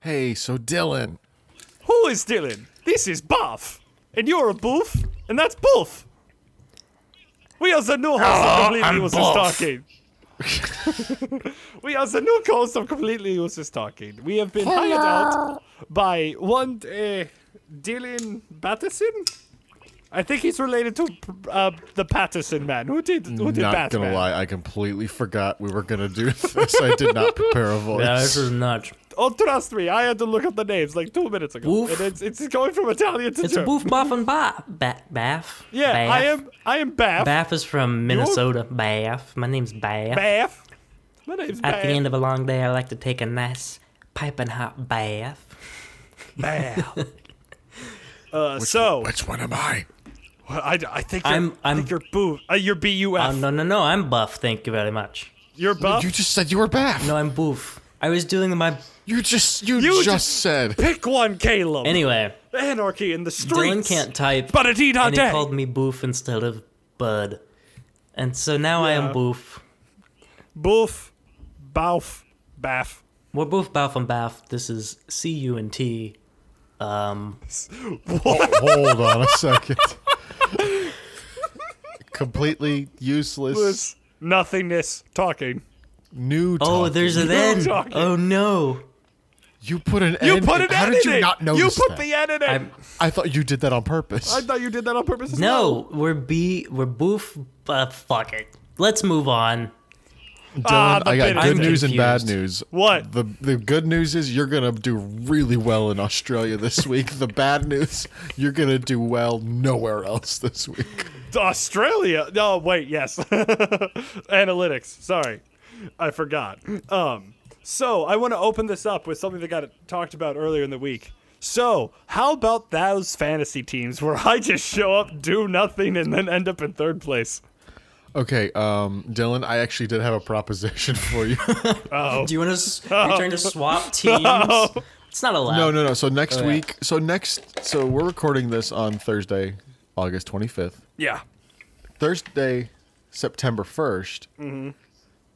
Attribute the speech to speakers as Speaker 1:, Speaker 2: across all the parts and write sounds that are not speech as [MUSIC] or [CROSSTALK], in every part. Speaker 1: Hey, so Dylan.
Speaker 2: Who is Dylan? This is Buff. And you're a Boof, and that's Boof. We are the new host
Speaker 3: Hello,
Speaker 2: of Completely
Speaker 3: I'm
Speaker 2: Useless
Speaker 3: Boof.
Speaker 2: Talking. [LAUGHS] we are the new host of Completely Useless Talking. We have been hired out by one uh, Dylan Patterson. I think he's related to uh, the Patterson man. Who did who did
Speaker 1: Not
Speaker 2: Batman?
Speaker 1: gonna lie, I completely forgot we were gonna do [LAUGHS] this. I did not prepare a voice.
Speaker 3: Yeah, this is nuts.
Speaker 2: Oh, trust me, I had to look up the names like two minutes ago,
Speaker 3: Boof.
Speaker 2: and it's it's going from Italian to
Speaker 3: It's
Speaker 2: German.
Speaker 3: boof, buff, and ba- ba- baff.
Speaker 2: Yeah,
Speaker 3: baff.
Speaker 2: I am I am Baff.
Speaker 3: Baff is from Minnesota. Baff. My name's Baff.
Speaker 2: Baff. My name's
Speaker 3: At
Speaker 2: Baff.
Speaker 3: the end of a long day, I like to take a nice piping hot bath.
Speaker 2: Baff. [LAUGHS] Uh, so
Speaker 1: Which one am I?
Speaker 2: well, I, I think you're,
Speaker 3: I'm-
Speaker 2: I'm, i
Speaker 3: I'm-
Speaker 2: think you're boo. Uh, you're
Speaker 3: Oh,
Speaker 2: buf.
Speaker 3: no, no, no. I'm buff. Thank you very much.
Speaker 2: you're buff.
Speaker 1: You just said you were back.
Speaker 3: No, I'm boof. I was doing my.
Speaker 1: You just you, just,
Speaker 2: You just-
Speaker 1: said
Speaker 2: Pick one, Caleb.
Speaker 3: Anyway,
Speaker 2: Anarchy in the streets.
Speaker 3: Dylan can't type.
Speaker 2: But it eat
Speaker 3: and he
Speaker 2: day.
Speaker 3: called me boof instead of bud. And so now I
Speaker 2: Yeah.
Speaker 3: am boof.
Speaker 2: Boof, Bauf, Baff.
Speaker 3: We're boof, baff, and baff. This is C U and T. Um,
Speaker 1: Hold on a second. [LAUGHS] Completely useless
Speaker 2: This nothingness talking.
Speaker 1: new
Speaker 3: oh,
Speaker 1: talk.
Speaker 3: there's an N.
Speaker 2: talking.
Speaker 3: Oh, no.
Speaker 1: You put an
Speaker 2: You
Speaker 1: end
Speaker 2: put
Speaker 1: in-
Speaker 2: an
Speaker 1: How
Speaker 2: N
Speaker 1: did
Speaker 2: in
Speaker 1: you
Speaker 2: it.
Speaker 1: not
Speaker 2: You
Speaker 1: notice
Speaker 2: put
Speaker 1: that?
Speaker 2: the N in it.
Speaker 3: I'm-
Speaker 1: I thought you did that on purpose.
Speaker 2: I thought you did that on purpose. as well.
Speaker 3: No, we're B. We're boof. Uh, fuck it. Let's move on.
Speaker 1: Dylan,
Speaker 2: Ah, the
Speaker 1: I
Speaker 2: bit
Speaker 1: got
Speaker 2: is
Speaker 1: good news and bad
Speaker 3: confused.
Speaker 1: news.
Speaker 2: What?
Speaker 1: The the good news is you're gonna do really well in Australia
Speaker 2: [LAUGHS]
Speaker 1: this week. the bad news, you're gonna do well nowhere else this week.
Speaker 2: Australia. No, wait, yes. [LAUGHS] Analytics. Sorry. I forgot. Um so I want to open this up with something that got talked about earlier in the week. So, how about those fantasy teams where I just show up, do nothing, and then end up in third place?
Speaker 1: Okay, um, Dylan, I actually did have a proposition [LAUGHS] for you.
Speaker 3: Do you want to? Are you trying to swap teams? It's not allowed.
Speaker 1: No, no, no. So next
Speaker 3: yeah.
Speaker 1: week, so next, so we're recording this on Thursday, August 25th.
Speaker 2: Yeah.
Speaker 1: Thursday, September 1st
Speaker 2: Mm-hmm.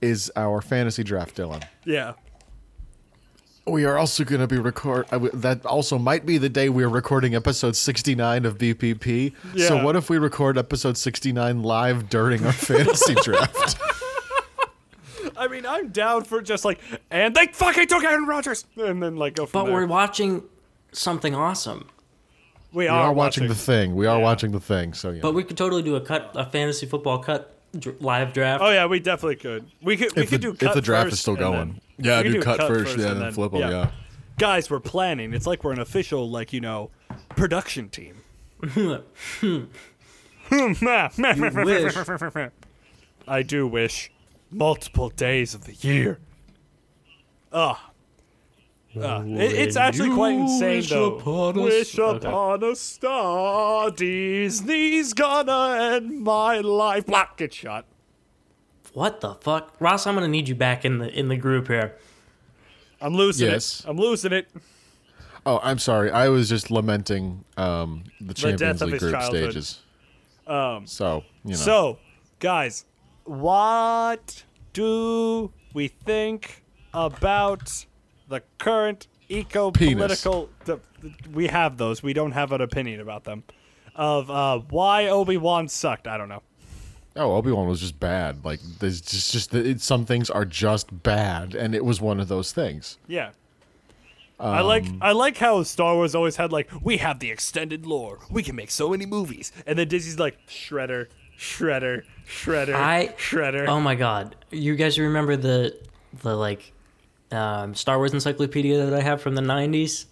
Speaker 1: is our fantasy draft, Dylan.
Speaker 2: Yeah.
Speaker 1: We are also going to be record. I w- that also might be the day we are recording episode 69 of BPP.
Speaker 2: Yeah.
Speaker 1: So what if we record episode 69 live during our [LAUGHS] fantasy draft?
Speaker 2: I mean, I'm down for just like, and they fucking took Aaron Rodgers, and then like go from
Speaker 3: But
Speaker 2: there.
Speaker 3: we're watching something awesome.
Speaker 2: we
Speaker 1: We
Speaker 2: are,
Speaker 1: are watching the thing. We are
Speaker 2: Yeah.
Speaker 1: watching the thing. So yeah.
Speaker 3: But we could totally do a cut, a fantasy football cut dr- live draft.
Speaker 2: Oh [LAUGHS] yeah, we definitely could. We could. we
Speaker 1: if,
Speaker 2: could
Speaker 1: the,
Speaker 2: do
Speaker 1: if
Speaker 2: cut
Speaker 1: the draft is
Speaker 2: first
Speaker 1: still
Speaker 2: and then-
Speaker 1: going, yeah,
Speaker 2: we could
Speaker 1: do cut, first, yeah, and then flip them, yeah.
Speaker 2: Guys, we're planning. It's like we're an official, like you know, production team.
Speaker 3: wish.
Speaker 2: I do wish multiple days of the year. Ugh. Ugh. It- it's actually quite insane, though. wish upon a star, Disney's gonna end my life. Block it shot.
Speaker 3: What the fuck, Ross? I'm gonna need you back in the in the group here.
Speaker 2: I'm losing
Speaker 1: Yes.
Speaker 2: it. I'm losing it.
Speaker 1: Oh, I'm sorry. I was just lamenting um, the Champions
Speaker 2: death of
Speaker 1: League
Speaker 2: his
Speaker 1: group
Speaker 2: childhood.
Speaker 1: stages. Um, so you know,
Speaker 2: So, guys, what do we think about the current eco-political? The, we have those. We don't have an opinion about them. Of uh, why Obi Wan sucked. I don't know.
Speaker 1: oh, Obi Wan was just bad. Like there's just just that it, some things are just bad, and it was one of those things.
Speaker 2: Yeah. I like
Speaker 1: Um.
Speaker 2: I like how Star Wars always had like we have the extended lore we can make so many movies and then Disney's like Shredder Shredder Shredder
Speaker 3: I-
Speaker 2: Shredder
Speaker 3: Oh my god, you guys remember the the like um, Star Wars encyclopedia that I have from the '90s?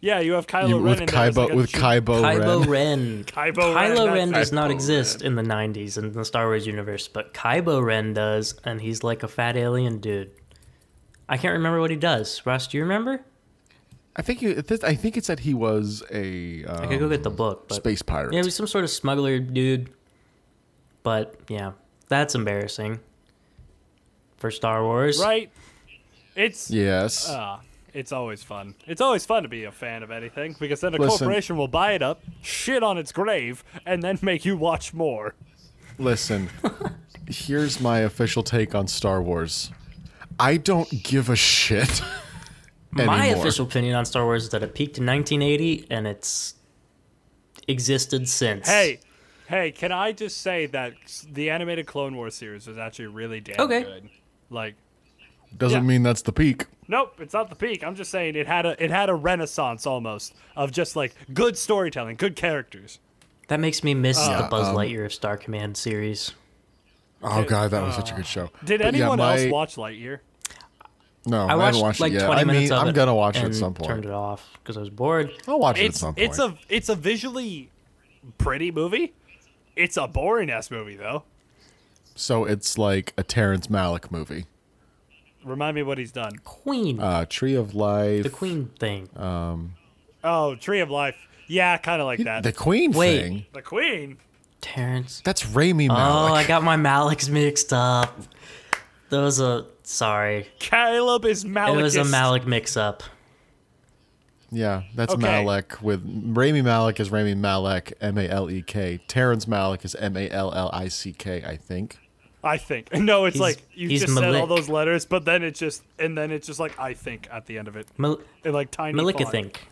Speaker 2: yeah you have Kylo
Speaker 1: You,
Speaker 2: Ren
Speaker 1: with
Speaker 2: in there as,
Speaker 1: Kybo
Speaker 2: like, a
Speaker 1: with
Speaker 2: ju-
Speaker 1: Kybo,
Speaker 3: Kylo
Speaker 1: Ren.
Speaker 3: Ren.
Speaker 2: Kylo Ren,
Speaker 3: Kylo Ren,
Speaker 2: that's
Speaker 3: does not exist in the '90s in the Star Wars universe, but Kylo Ren does, and he's like a fat alien dude. I can't remember what he does. Ross, do you remember?
Speaker 1: I think you, this, I think it said he was a um,
Speaker 3: I could go get the book. But
Speaker 1: space pirate.
Speaker 3: Yeah, he was some sort of smuggler dude. But yeah, that's embarrassing for Star Wars.
Speaker 2: right it's
Speaker 1: yes.
Speaker 3: Uh.
Speaker 2: Ah, it's always fun. It's always fun to be a fan of anything because then a
Speaker 1: Listen.
Speaker 2: corporation will buy it up, shit on its grave, and then make you watch more.
Speaker 3: [LAUGHS]
Speaker 1: Listen, here's my official take on Star Wars. I don't give a shit
Speaker 3: [LAUGHS] My
Speaker 1: anymore.
Speaker 3: official opinion on Star Wars is that it peaked in 1980 and it's existed since.
Speaker 2: Hey, hey, can I just say that the animated Clone Wars series was actually really damn
Speaker 3: Okay.
Speaker 2: good. Like,
Speaker 1: Doesn't
Speaker 2: yeah.
Speaker 1: mean that's the peak.
Speaker 2: nope, it's not the peak. I'm just saying it had a it had a renaissance almost of just like good storytelling, good characters.
Speaker 3: that makes me miss the
Speaker 2: Uh,
Speaker 1: Yeah,
Speaker 3: Buzz
Speaker 1: um,
Speaker 3: Lightyear of Star Command series.
Speaker 1: Oh god, that was
Speaker 3: Uh.
Speaker 1: such a good show. But
Speaker 2: Did
Speaker 1: yeah,
Speaker 2: anyone
Speaker 1: my-
Speaker 2: else watch Lightyear?
Speaker 1: No,
Speaker 3: I
Speaker 1: I,
Speaker 3: watched
Speaker 1: haven't watched
Speaker 3: like
Speaker 1: it yet.
Speaker 3: 20
Speaker 1: I
Speaker 3: minutes
Speaker 1: mean,
Speaker 3: of
Speaker 1: I'm
Speaker 3: it
Speaker 1: gonna watch it
Speaker 3: and
Speaker 1: at some
Speaker 3: Turned
Speaker 1: point.
Speaker 3: it off because I was bored.
Speaker 1: I'll watch it at
Speaker 2: It's
Speaker 1: some point.
Speaker 2: it's a it's a visually pretty movie. It's a boring ass movie though.
Speaker 1: so it's like a Terrence Malick movie.
Speaker 2: Remind me what he's done.
Speaker 3: Queen,
Speaker 1: Uh, Tree of Life.
Speaker 3: the Queen thing.
Speaker 2: Oh, Tree of Life. Yeah, kind of like that.
Speaker 1: The Queen
Speaker 3: Wait.
Speaker 1: thing.
Speaker 2: the Queen.
Speaker 1: [LAUGHS]
Speaker 3: Terrence.
Speaker 1: That's Raimi
Speaker 3: Oh, I
Speaker 1: Malick.
Speaker 3: got my Maliks mixed up. That was a sorry.
Speaker 2: Caleb is Malik.
Speaker 3: It was a Malik mix-up.
Speaker 1: yeah, that's
Speaker 2: Okay.
Speaker 1: Malick with Raimi Malick is Raimi Malek, M A L E K. Terrence Malick is M A L L I C K, I think.
Speaker 2: I think. [LAUGHS] No, it's
Speaker 3: He's-
Speaker 2: like you
Speaker 3: he's
Speaker 2: just said all
Speaker 3: Malik.
Speaker 2: those letters, but then it's just and then it's just like I think at the end of it.
Speaker 3: Mal-
Speaker 2: In like tiny
Speaker 3: Malika
Speaker 2: font.
Speaker 3: think.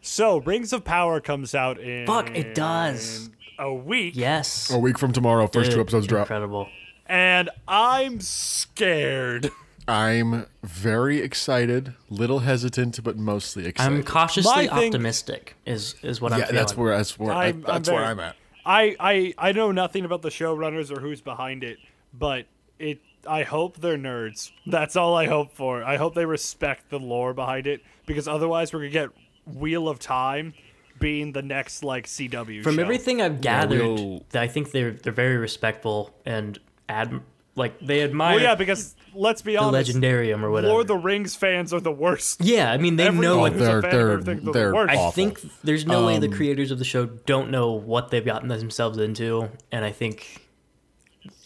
Speaker 2: So Rings of Power comes out in
Speaker 3: Fuck, it does.
Speaker 2: a week.
Speaker 3: Yes.
Speaker 1: A week from tomorrow, Oh, first two
Speaker 3: Dude,
Speaker 1: episodes drop.
Speaker 3: Incredible.
Speaker 2: And I'm scared.
Speaker 1: I'm very excited, little hesitant, but mostly excited.
Speaker 3: I'm cautiously
Speaker 2: My thing-
Speaker 3: optimistic. Is is what I'm
Speaker 1: yeah,
Speaker 3: feeling.
Speaker 1: that's where that's where
Speaker 2: I'm- I'm
Speaker 1: that's where
Speaker 2: very-
Speaker 1: I'm at.
Speaker 2: I, I I know nothing about the showrunners or who's behind it, but it I hope they're nerds. That's all I hope for. I hope they respect the lore behind it because otherwise we're gonna get Wheel of Time being the next like CW
Speaker 3: From
Speaker 2: show.
Speaker 3: everything I've gathered,
Speaker 1: we'll-
Speaker 3: that I think they're they're very respectful and ad like they admire
Speaker 2: Well, yeah, because let's be
Speaker 3: the
Speaker 2: honest,
Speaker 3: legendarium or whatever.
Speaker 2: Lord of the Rings fans are the worst.
Speaker 3: yeah, I mean they
Speaker 2: Everyone
Speaker 3: know what
Speaker 2: who's
Speaker 1: they're-
Speaker 2: a fan
Speaker 1: they're-
Speaker 2: of everything, the
Speaker 1: they're
Speaker 2: worst.
Speaker 3: I
Speaker 1: awful.
Speaker 3: think there's no way the creators of the show don't know what they've gotten themselves into, and I think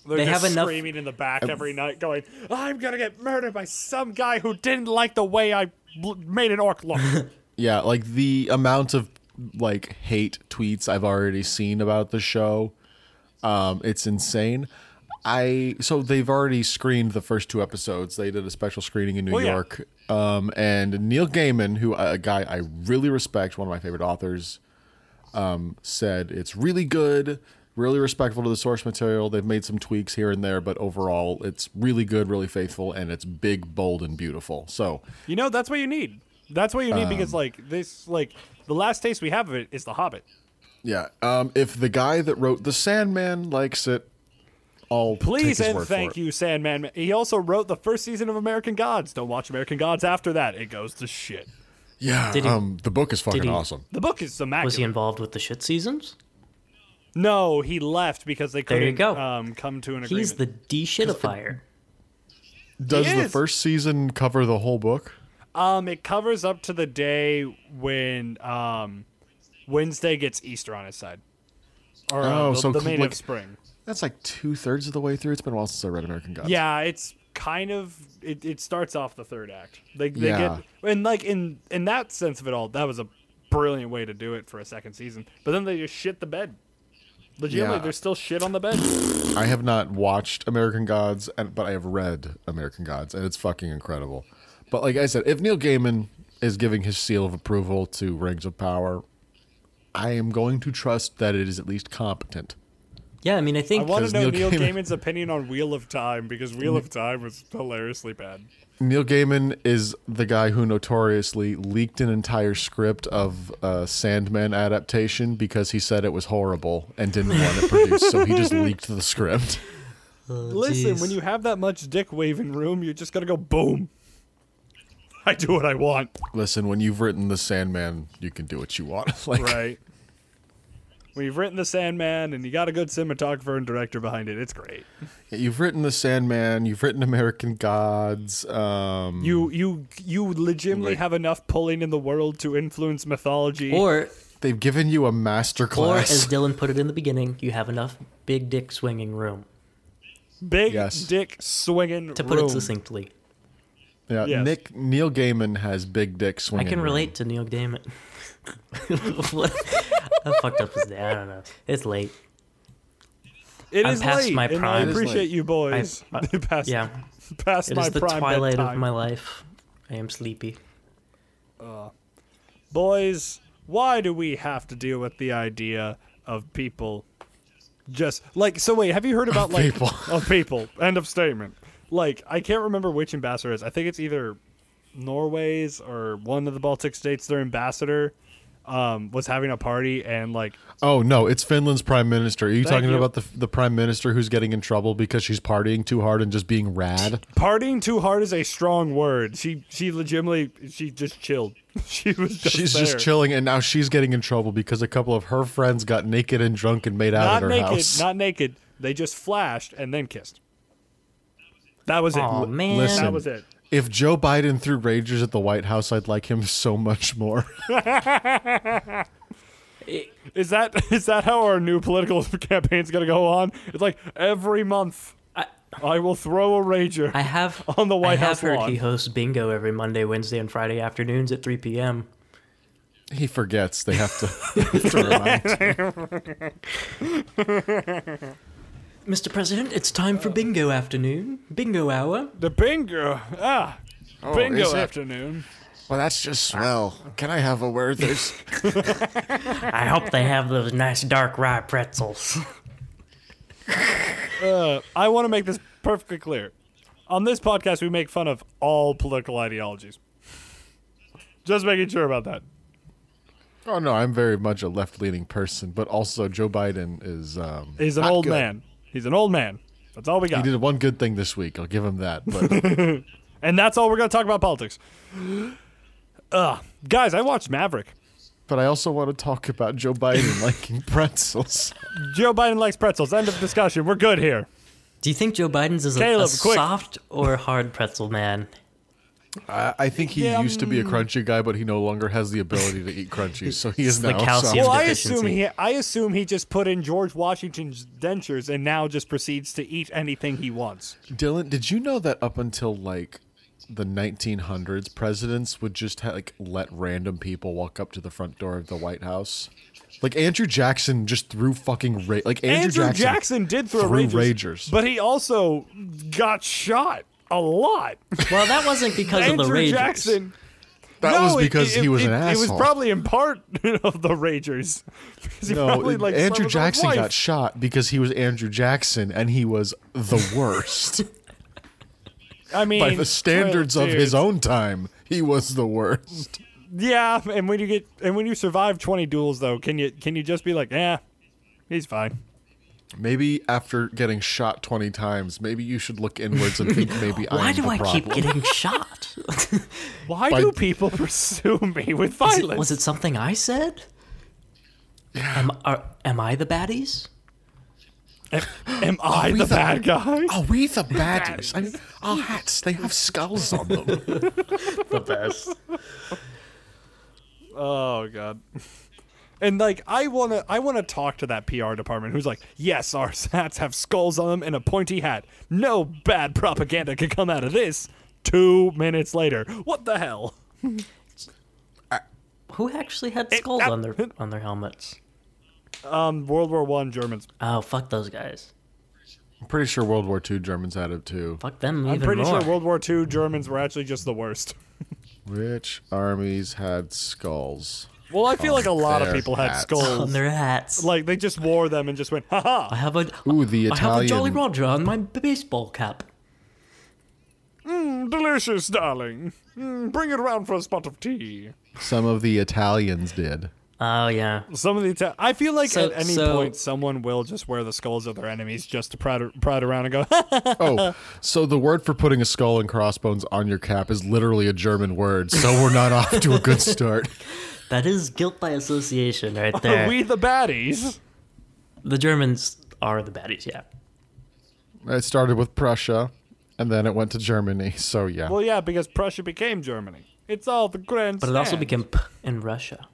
Speaker 2: They're
Speaker 3: They
Speaker 2: just
Speaker 3: have enough-
Speaker 2: screaming in the back every night, going, "I'm gonna get murdered by some guy who didn't like the way I bl- made an orc
Speaker 3: [LAUGHS]
Speaker 2: look."
Speaker 1: Yeah, like the amount of like hate tweets I've already seen about the show, um, it's insane. I so they've already screened the first two episodes. They did a special screening in New
Speaker 2: Well, yeah.
Speaker 1: York, um, and Neil Gaiman, who uh, a guy I really respect, one of my favorite authors, um, said it's really good, really respectful to the source material. They've made some tweaks here and there, but overall, it's really good, really faithful, and it's big, bold, and beautiful. So
Speaker 2: You know, that's what you need. That's what you need
Speaker 1: Um,
Speaker 2: because like this like the last taste we have of it is the Hobbit.
Speaker 1: Yeah. Um, if the guy that wrote The Sandman likes it, I'll
Speaker 2: Please
Speaker 1: take his
Speaker 2: and
Speaker 1: word
Speaker 2: thank
Speaker 1: for it.
Speaker 2: you, Sandman. He also wrote the first season of American Gods. Don't watch American Gods after that. It goes to shit.
Speaker 1: Yeah.
Speaker 3: Did he-
Speaker 1: um, the book is fucking
Speaker 3: he-
Speaker 1: awesome.
Speaker 2: The book is immaculate.
Speaker 3: was he involved with the shit seasons?
Speaker 2: no, he left because they
Speaker 3: There
Speaker 2: couldn't
Speaker 3: you go.
Speaker 2: Um, come to an agreement.
Speaker 3: He's the de-shittifier.
Speaker 1: Does the
Speaker 2: is.
Speaker 1: first season cover the whole book?
Speaker 2: Um, it covers up to the day when um, Wednesday gets Easter on his side. Or, uh,
Speaker 1: Oh,
Speaker 2: the,
Speaker 1: so
Speaker 2: the
Speaker 1: cl-
Speaker 2: main
Speaker 1: like-
Speaker 2: of spring.
Speaker 1: That's like two thirds of the way through. It's been a while since I read American Gods.
Speaker 2: Yeah, it's kind of it, it starts off the third act. They they
Speaker 1: Yeah.
Speaker 2: get and like in in that sense of it all, that was a brilliant way to do it for a second season. But then they just shit the bed. Legitimately,
Speaker 1: Yeah.
Speaker 2: there's still shit on the bed.
Speaker 1: I have not watched American Gods, and, but I have read American Gods, and it's fucking incredible. But like I said, if Neil Gaiman is giving his seal of approval to Rings of Power, I am going to trust that it is at least competent.
Speaker 3: Yeah, I mean, I
Speaker 2: I
Speaker 3: think
Speaker 2: want to
Speaker 1: 'Cause
Speaker 2: know
Speaker 1: Neil
Speaker 2: Neil,
Speaker 1: Gaiman-
Speaker 2: Gaiman's opinion on Wheel of Time because Wheel of Time was hilariously bad.
Speaker 1: Neil Gaiman is the guy who notoriously leaked an entire script of a Sandman adaptation because he said it was horrible and didn't want it produced, so he
Speaker 2: [LAUGHS]
Speaker 1: just leaked the script. Oh,
Speaker 2: Listen, when
Speaker 3: jeez.
Speaker 2: you have that much dick waving room, you're just gonna go boom. [LAUGHS] I do what I want,
Speaker 1: Listen, when you've written the Sandman, you can do what you want. [LAUGHS] like,
Speaker 2: right? We've written the Sandman, and you got a good cinematographer and director behind it. It's great.
Speaker 1: you've written the Sandman, you've written American Gods. Um,
Speaker 2: You you you legitimately
Speaker 1: Like-
Speaker 2: have enough pulling in the world to influence mythology.
Speaker 3: or
Speaker 1: they've given you a
Speaker 3: or as
Speaker 1: masterclass.
Speaker 3: Dylan put it in the beginning, you have enough big dick swinging room
Speaker 2: big
Speaker 1: Yes.
Speaker 2: dick swinging.
Speaker 3: to put
Speaker 2: room.
Speaker 3: it succinctly.
Speaker 1: [LAUGHS] yeah,
Speaker 2: Yes.
Speaker 1: Nick Neil Gaiman has big dick
Speaker 3: I
Speaker 1: swinging.
Speaker 3: can
Speaker 1: room.
Speaker 3: relate to Neil Gaiman. [LAUGHS] what? I fucked up his day. I don't know. It's late.
Speaker 2: It
Speaker 3: I'm
Speaker 2: is
Speaker 3: past
Speaker 2: late,
Speaker 3: my
Speaker 2: and
Speaker 3: prime.
Speaker 2: I
Speaker 3: It is
Speaker 2: appreciate
Speaker 1: late.
Speaker 2: you boys.
Speaker 3: I-
Speaker 2: [LAUGHS] past,
Speaker 3: yeah.
Speaker 2: past
Speaker 3: It
Speaker 2: my
Speaker 3: is the
Speaker 2: prime
Speaker 3: twilight
Speaker 2: bedtime.
Speaker 3: of my life. I am sleepy.
Speaker 2: boys, why do we have to deal with the idea of people just like so wait, have you heard about like
Speaker 1: people.
Speaker 2: [LAUGHS] of people. End of statement. Like, I can't remember which ambassador it is. I think it's either Norway's or one of the Baltic states, their ambassador um, was having a party and like
Speaker 1: Oh no, it's Finland's prime minister. Are you
Speaker 2: Thank
Speaker 1: talking
Speaker 2: you.
Speaker 1: about the the prime minister who's getting in trouble because she's partying too hard and just being
Speaker 2: [LAUGHS]
Speaker 1: rad?
Speaker 2: partying too hard is a strong word. She she legitimately she just chilled. [LAUGHS] She was just
Speaker 1: She's
Speaker 2: there.
Speaker 1: just chilling, and now she's getting in trouble because a couple of her friends got naked and drunk and made out
Speaker 2: Not
Speaker 1: at her
Speaker 2: naked,
Speaker 1: house.
Speaker 2: not naked. They just flashed and then kissed. That was it.
Speaker 3: Oh man.
Speaker 1: listen.
Speaker 2: That was it.
Speaker 1: if Joe Biden threw Rangers at the White House, I'd like him [LAUGHS] so much more. [LAUGHS]
Speaker 2: Is that [LAUGHS] is that how our new political [LAUGHS] campaign's gonna go on? It's like every month
Speaker 3: I-
Speaker 2: I will throw a rager.
Speaker 3: I have
Speaker 2: [LAUGHS] On the White
Speaker 3: I have
Speaker 2: House
Speaker 3: heard
Speaker 2: lawn.
Speaker 3: he hosts bingo every Monday, Wednesday, and Friday afternoons at 3 p.m.
Speaker 1: he forgets. They have to, [LAUGHS] to remind him.
Speaker 3: Mr. President, it's time for bingo afternoon, bingo hour.
Speaker 2: the bingo, ah,
Speaker 1: Oh, is
Speaker 2: bingo
Speaker 1: it?
Speaker 2: afternoon.
Speaker 1: Well, that's just swell. Can I have a word? There's
Speaker 3: [LAUGHS] I hope they have those nice dark rye pretzels.
Speaker 2: I want to make this perfectly clear. On this podcast, we make fun of all political ideologies. Just making sure about that.
Speaker 1: Oh no, I'm very much a left-leaning person, but also Joe Biden is. Um,
Speaker 2: He's an
Speaker 1: not
Speaker 2: old
Speaker 1: good.
Speaker 2: man. He's an old man. That's all we
Speaker 1: He
Speaker 2: got.
Speaker 1: did one good thing this week. I'll give him that. But
Speaker 2: And that's all we're going to talk about politics. [GASPS] Ugh. Guys, I watched Maverick.
Speaker 1: but I also want to talk about Joe Biden [LAUGHS] liking pretzels.
Speaker 2: Joe Biden likes pretzels. End of discussion. We're good here.
Speaker 3: Do you think Joe Biden's is a,
Speaker 2: Caleb,
Speaker 3: a
Speaker 2: quick.
Speaker 3: soft or hard pretzel man?
Speaker 1: I, I think he
Speaker 2: Yeah, mm.
Speaker 1: used to be a crunchy guy, but he no longer has the ability to eat crunchies, so he is
Speaker 3: the
Speaker 1: now.
Speaker 3: calcium.
Speaker 1: soft.
Speaker 2: Well, I
Speaker 3: deficiency.
Speaker 2: assume he I assume he just put in George Washington's dentures and now just proceeds to eat anything he wants.
Speaker 1: Dylan, did you know that up until like the 1900s, presidents would just ha- like let random people walk up to the front door of the White House? Like Andrew Jackson just threw fucking ra- like Andrew,
Speaker 2: Andrew, Jackson, did throw
Speaker 1: threw
Speaker 2: Ragers,
Speaker 1: Ragers.
Speaker 2: but he also got shot
Speaker 1: [LAUGHS]
Speaker 2: a lot.
Speaker 3: Well, that wasn't because of the
Speaker 2: Andrew
Speaker 3: Ragers.
Speaker 2: Jackson.
Speaker 1: That
Speaker 2: no,
Speaker 1: was
Speaker 2: it-
Speaker 1: because
Speaker 2: it-
Speaker 1: he was
Speaker 2: it,
Speaker 1: an
Speaker 2: it
Speaker 1: asshole.
Speaker 2: was probably in part [LAUGHS] of the Ragers. [LAUGHS] 'Cause he
Speaker 1: No,
Speaker 2: probably, like, slept
Speaker 1: Andrew
Speaker 2: with his
Speaker 1: Jackson
Speaker 2: wife.
Speaker 1: got shot because he was Andrew Jackson and he was the worst.
Speaker 2: I mean,
Speaker 1: By the standards
Speaker 2: well,
Speaker 1: of his
Speaker 2: dude.
Speaker 1: own time, he was the worst.
Speaker 2: Yeah, and when you get and when you survive twenty duels, though, can you can you just be like, eh, he's fine?
Speaker 1: [LAUGHS] Maybe after getting shot 20 times, maybe you should look inwards and [LAUGHS] think maybe I'm
Speaker 3: Why do
Speaker 1: the
Speaker 3: I
Speaker 1: problem.
Speaker 3: keep getting [LAUGHS] shot?
Speaker 2: Why
Speaker 1: By-
Speaker 2: do people [LAUGHS] pursue me with
Speaker 3: Was
Speaker 2: violence?
Speaker 3: it, was it something I said? Am, are, am I the baddies?
Speaker 2: Am I the
Speaker 1: the-
Speaker 2: bad guy?
Speaker 1: Are Oh, we [LAUGHS] the baddies? I mean, our hats, they have skulls on [LAUGHS] them.
Speaker 3: The best.
Speaker 2: Oh god. And like I wanna I wanna talk to that PR department who's like, yes, our hats have skulls on them and a pointy hat. No bad propaganda can come out of this. Two minutes later. What the hell?
Speaker 3: Who actually had skulls on their on their helmets?
Speaker 2: Um World War One Germans.
Speaker 3: Oh, fuck those guys.
Speaker 1: I'm pretty sure World War II Germans had it too.
Speaker 3: Fuck them
Speaker 2: I'm
Speaker 3: even
Speaker 2: pretty
Speaker 3: more.
Speaker 2: sure World War Two Germans were actually just the worst.
Speaker 1: Which armies had skulls?
Speaker 2: Well, I feel like a lot of
Speaker 1: their
Speaker 2: people had
Speaker 1: hats. Oh,
Speaker 3: on
Speaker 2: skulls.
Speaker 3: their hats.
Speaker 2: Like they just wore them and just went, haha.
Speaker 3: I have a
Speaker 1: Ooh, the
Speaker 3: I have a Jolly
Speaker 1: Italian.
Speaker 3: Roger on my b- baseball cap.
Speaker 2: Delicious, darling. Mm, bring it around for a spot of tea.
Speaker 1: Some of the Italians did.
Speaker 3: Oh yeah.
Speaker 2: Some of the Ita- I feel like
Speaker 3: So-
Speaker 2: at any
Speaker 3: so-
Speaker 2: point someone will just wear the skulls of their enemies just to prod, prod around and go.
Speaker 1: [LAUGHS] Oh, so the word for putting a skull and crossbones on your cap is literally a German word, so we're not off to a good start.
Speaker 3: That is guilt by association right
Speaker 2: Are [LAUGHS]
Speaker 3: there.
Speaker 2: we the baddies?
Speaker 3: the Germans are the baddies, yeah.
Speaker 1: It started with Prussia, and then it went to Germany, so yeah.
Speaker 2: Well, yeah, because Prussia became Germany. It's all the grand.
Speaker 3: But it also
Speaker 2: stand.
Speaker 3: became P in Russia.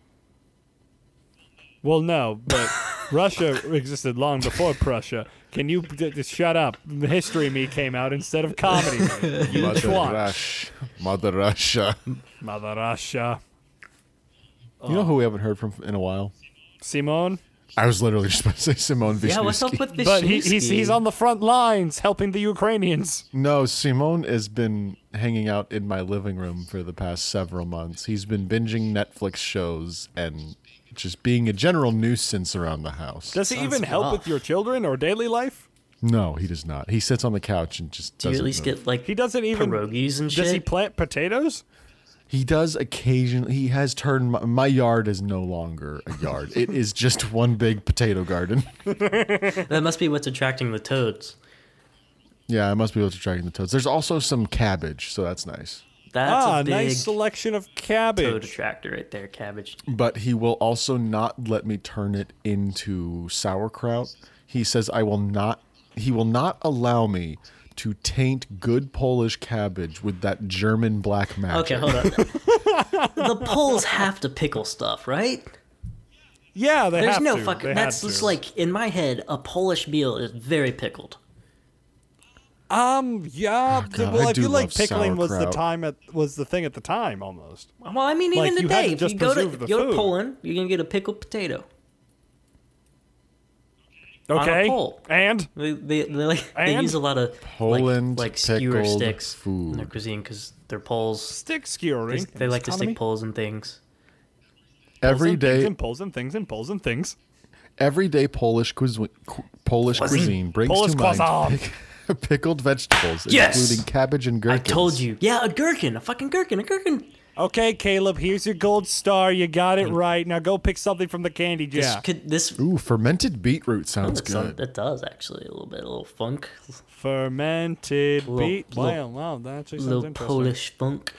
Speaker 2: Well, no, but Russia existed long before Prussia. Can you d- d- shut up? History me came out instead of
Speaker 3: [LAUGHS]
Speaker 2: comedy. Me. You
Speaker 1: Mother
Speaker 2: twat.
Speaker 1: Rush. Mother Russia.
Speaker 2: Mother Russia.
Speaker 1: You know who we haven't heard from in a while?
Speaker 2: Simone.
Speaker 1: I was literally just about to say Simone Wisniewski.
Speaker 3: Yeah, what's up with this?
Speaker 2: But he, he's, he's on the front lines helping the Ukrainians.
Speaker 1: No, Simone has been hanging out in my living room for the past several months. He's been binging Netflix shows and just being a general nuisance around the house.
Speaker 2: Does he
Speaker 3: Sounds
Speaker 2: even help with
Speaker 3: rough.
Speaker 2: your children or daily life?
Speaker 1: No, he does not. He sits on the couch and just
Speaker 3: Do you
Speaker 1: doesn't
Speaker 3: at least
Speaker 1: move.
Speaker 3: get like
Speaker 2: He doesn't even.
Speaker 3: pierogies and
Speaker 2: does
Speaker 3: shit?
Speaker 2: he plant potatoes?
Speaker 1: He does occasionally. He has turned my, my yard is no longer a yard. it is just [LAUGHS] one big potato garden.
Speaker 3: that must be what's attracting the toads.
Speaker 1: yeah, I must be able to track the toads. There's also some cabbage, so that's nice.
Speaker 3: That's
Speaker 2: ah,
Speaker 3: a big
Speaker 2: nice selection of
Speaker 3: toad
Speaker 2: cabbage.
Speaker 3: attractor right there, cabbage.
Speaker 1: But he will also not let me turn it into sauerkraut. He says I will not. He will not allow me to taint good Polish cabbage with that German black magic.
Speaker 3: Okay,
Speaker 2: [LAUGHS]
Speaker 3: hold on. the Poles have to pickle stuff, right?
Speaker 2: Yeah, they
Speaker 3: There's
Speaker 2: have
Speaker 3: no
Speaker 2: to.
Speaker 3: fucking.
Speaker 2: They
Speaker 3: That's
Speaker 2: had
Speaker 3: just
Speaker 2: to.
Speaker 3: like in my head, a Polish meal is very pickled.
Speaker 2: Um. Yeah.
Speaker 1: Oh,
Speaker 2: th-
Speaker 1: God,
Speaker 2: well,
Speaker 1: I
Speaker 2: I,
Speaker 1: do
Speaker 2: feel like
Speaker 1: love
Speaker 2: pickling was the
Speaker 1: sauerkraut.
Speaker 2: time at was the thing at the time almost.
Speaker 3: Well, I mean,
Speaker 2: Like,
Speaker 3: even
Speaker 2: you had to
Speaker 3: today, if
Speaker 2: just
Speaker 3: you go to,
Speaker 2: preserve
Speaker 3: if
Speaker 2: the
Speaker 3: you go
Speaker 2: food.
Speaker 3: to Poland, you're gonna get a pickled potato. a
Speaker 2: Okay.
Speaker 3: pole.
Speaker 2: And
Speaker 3: They they, they, like, they
Speaker 2: And
Speaker 3: use a lot of
Speaker 1: Poland
Speaker 3: like, like skewer
Speaker 1: pickled
Speaker 3: sticks in their
Speaker 1: food.
Speaker 3: cuisine because they're Poles.
Speaker 2: stick
Speaker 3: They,
Speaker 2: skewering.
Speaker 3: they like to
Speaker 2: Economy.
Speaker 3: stick poles and things.
Speaker 1: Every
Speaker 2: Poles and things
Speaker 1: day,
Speaker 2: and poles and things and poles and things.
Speaker 1: everyday Polish cuisine, cu- Polish cuisine brings
Speaker 2: Polish
Speaker 1: to
Speaker 2: croissant.
Speaker 1: mind pic- [LAUGHS] pickled vegetables,
Speaker 3: Yes!
Speaker 1: including cabbage and
Speaker 3: I
Speaker 1: gherkins.
Speaker 3: told you. Yeah, a gherkin, a fucking gherkin, a gherkin.
Speaker 2: Okay, Caleb. Here's your gold star. You got
Speaker 3: Mm.
Speaker 2: it right. Now go pick something from the candy
Speaker 3: This
Speaker 2: jar.
Speaker 3: could this.
Speaker 1: Ooh, fermented beetroot
Speaker 3: Oh,
Speaker 1: sounds
Speaker 3: that sound-
Speaker 1: good.
Speaker 3: that does actually a little bit, a little funk, a
Speaker 2: Fermented
Speaker 3: Little-
Speaker 2: beet. Wow,
Speaker 3: little-
Speaker 2: wow, that actually sounds
Speaker 3: little
Speaker 2: interesting.
Speaker 3: Polish funk.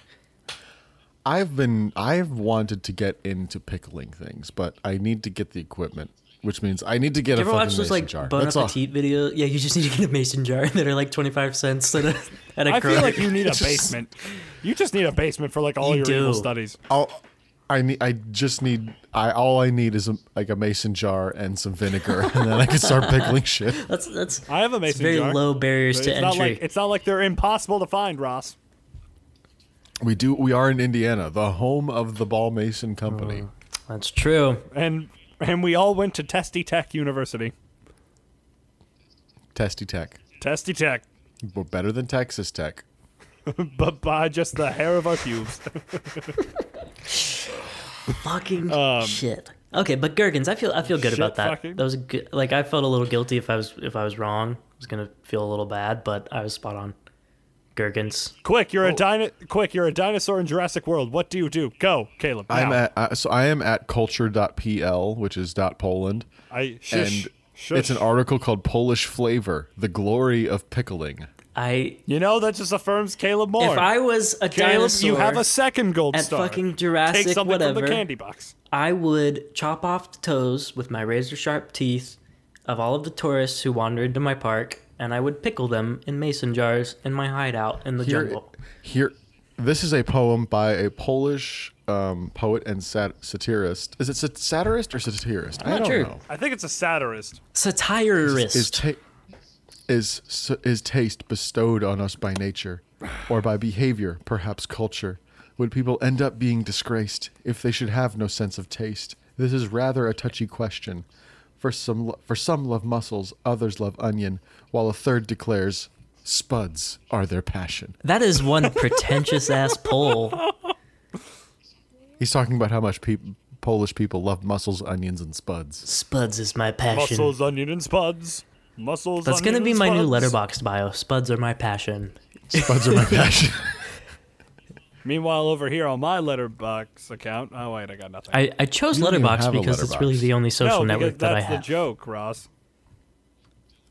Speaker 1: I've been, I've wanted to get into pickling things, but I need to get the equipment, which means I need to get
Speaker 3: You
Speaker 1: a
Speaker 3: ever
Speaker 1: fucking
Speaker 3: watch those
Speaker 1: mason
Speaker 3: like
Speaker 1: jar.
Speaker 3: Bon
Speaker 1: That's all.
Speaker 3: Appetit videos? Yeah, you just need to get a mason jar [LAUGHS] that are like twenty five cents at a at a
Speaker 2: I feel
Speaker 3: Kroger.
Speaker 2: like you need [LAUGHS] a
Speaker 1: Just-
Speaker 2: basement. You just need a basement for like all
Speaker 3: You
Speaker 2: your evil
Speaker 3: do.
Speaker 2: studies.
Speaker 1: I'll- I need, I just need, I all I need is a, like a mason jar and some vinegar, [LAUGHS] and then I can start pickling shit.
Speaker 3: That's that's
Speaker 2: I have a
Speaker 3: it's
Speaker 2: mason
Speaker 3: very
Speaker 2: jar.
Speaker 3: low barriers
Speaker 2: but
Speaker 3: to
Speaker 2: it's
Speaker 3: entry.
Speaker 2: Not like, it's not like they're impossible to find, Ross.
Speaker 1: We do, we are in Indiana, the home of the Ball Mason Company.
Speaker 3: That's true.
Speaker 2: And and we all went to Testy Tech University.
Speaker 1: Testy Tech,
Speaker 2: Testy Tech,
Speaker 1: we're better than Texas Tech.
Speaker 2: but by just the hair of our pubes.
Speaker 3: Fucking shit. Um, Okay, but Gherkins, I feel I feel good
Speaker 2: Shit
Speaker 3: about that.
Speaker 2: fucking.
Speaker 3: That was a good. Like I felt a little guilty if I was if I was wrong. I was gonna feel a little bad, but I was spot on. Gherkins.
Speaker 2: quick, you're a dino- Quick, you're a dinosaur in Jurassic World. What do you do? Go, Caleb.
Speaker 1: I'm
Speaker 2: now.
Speaker 1: at uh, so I am at culture.pl, which is dot Poland,
Speaker 2: I shush.
Speaker 1: and
Speaker 2: shush.
Speaker 1: it's an article called "Polish Flavor: The Glory of Pickling."
Speaker 3: I
Speaker 2: You know that just affirms Caleb more.
Speaker 3: if I was a
Speaker 2: Caleb,
Speaker 3: dinosaur,
Speaker 2: you have a second gold
Speaker 3: at
Speaker 2: star.
Speaker 3: fucking
Speaker 2: Take
Speaker 3: Jurassic
Speaker 2: something from
Speaker 3: whatever.
Speaker 2: the candy box.
Speaker 3: I would chop off the toes with my razor sharp teeth of all of the tourists who wander into my park, and I would pickle them in mason jars in my hideout in the
Speaker 1: Here,
Speaker 3: jungle.
Speaker 1: here, this is a poem by a Polish um, poet and sat- satirist. Is it sat- satirist or satirist? I
Speaker 3: not
Speaker 1: don't
Speaker 3: sure.
Speaker 1: know.
Speaker 2: I think it's a satirist.
Speaker 3: Satirist.
Speaker 1: Is ta- is s- is taste bestowed on us by nature, or by behavior, perhaps culture? Would people end up being disgraced if they should have no sense of taste? This is rather a touchy question. For some, lo- for some love mussels, others love onion, while a third declares spuds are their passion.
Speaker 3: that is one pretentious ass [LAUGHS] pole.
Speaker 1: He's talking about how much peop Polish people love mussels, onions, and spuds.
Speaker 3: Spuds is my passion.
Speaker 2: Muscles, onion, and spuds. Muscles.
Speaker 3: That's
Speaker 2: onion,
Speaker 3: gonna be
Speaker 2: and
Speaker 3: my new
Speaker 2: spuds.
Speaker 3: letterbox bio. Spuds are my passion.
Speaker 1: Spuds are my passion.
Speaker 2: Meanwhile, over here on my letterbox account. Oh wait, I got nothing.
Speaker 3: I, I chose
Speaker 1: You don't even
Speaker 3: Letterbox
Speaker 1: have a
Speaker 3: because it's really
Speaker 1: Letterboxd.
Speaker 3: the only social
Speaker 2: no,
Speaker 3: network
Speaker 2: because
Speaker 3: that I
Speaker 2: that's
Speaker 3: have.
Speaker 2: the joke, Ross.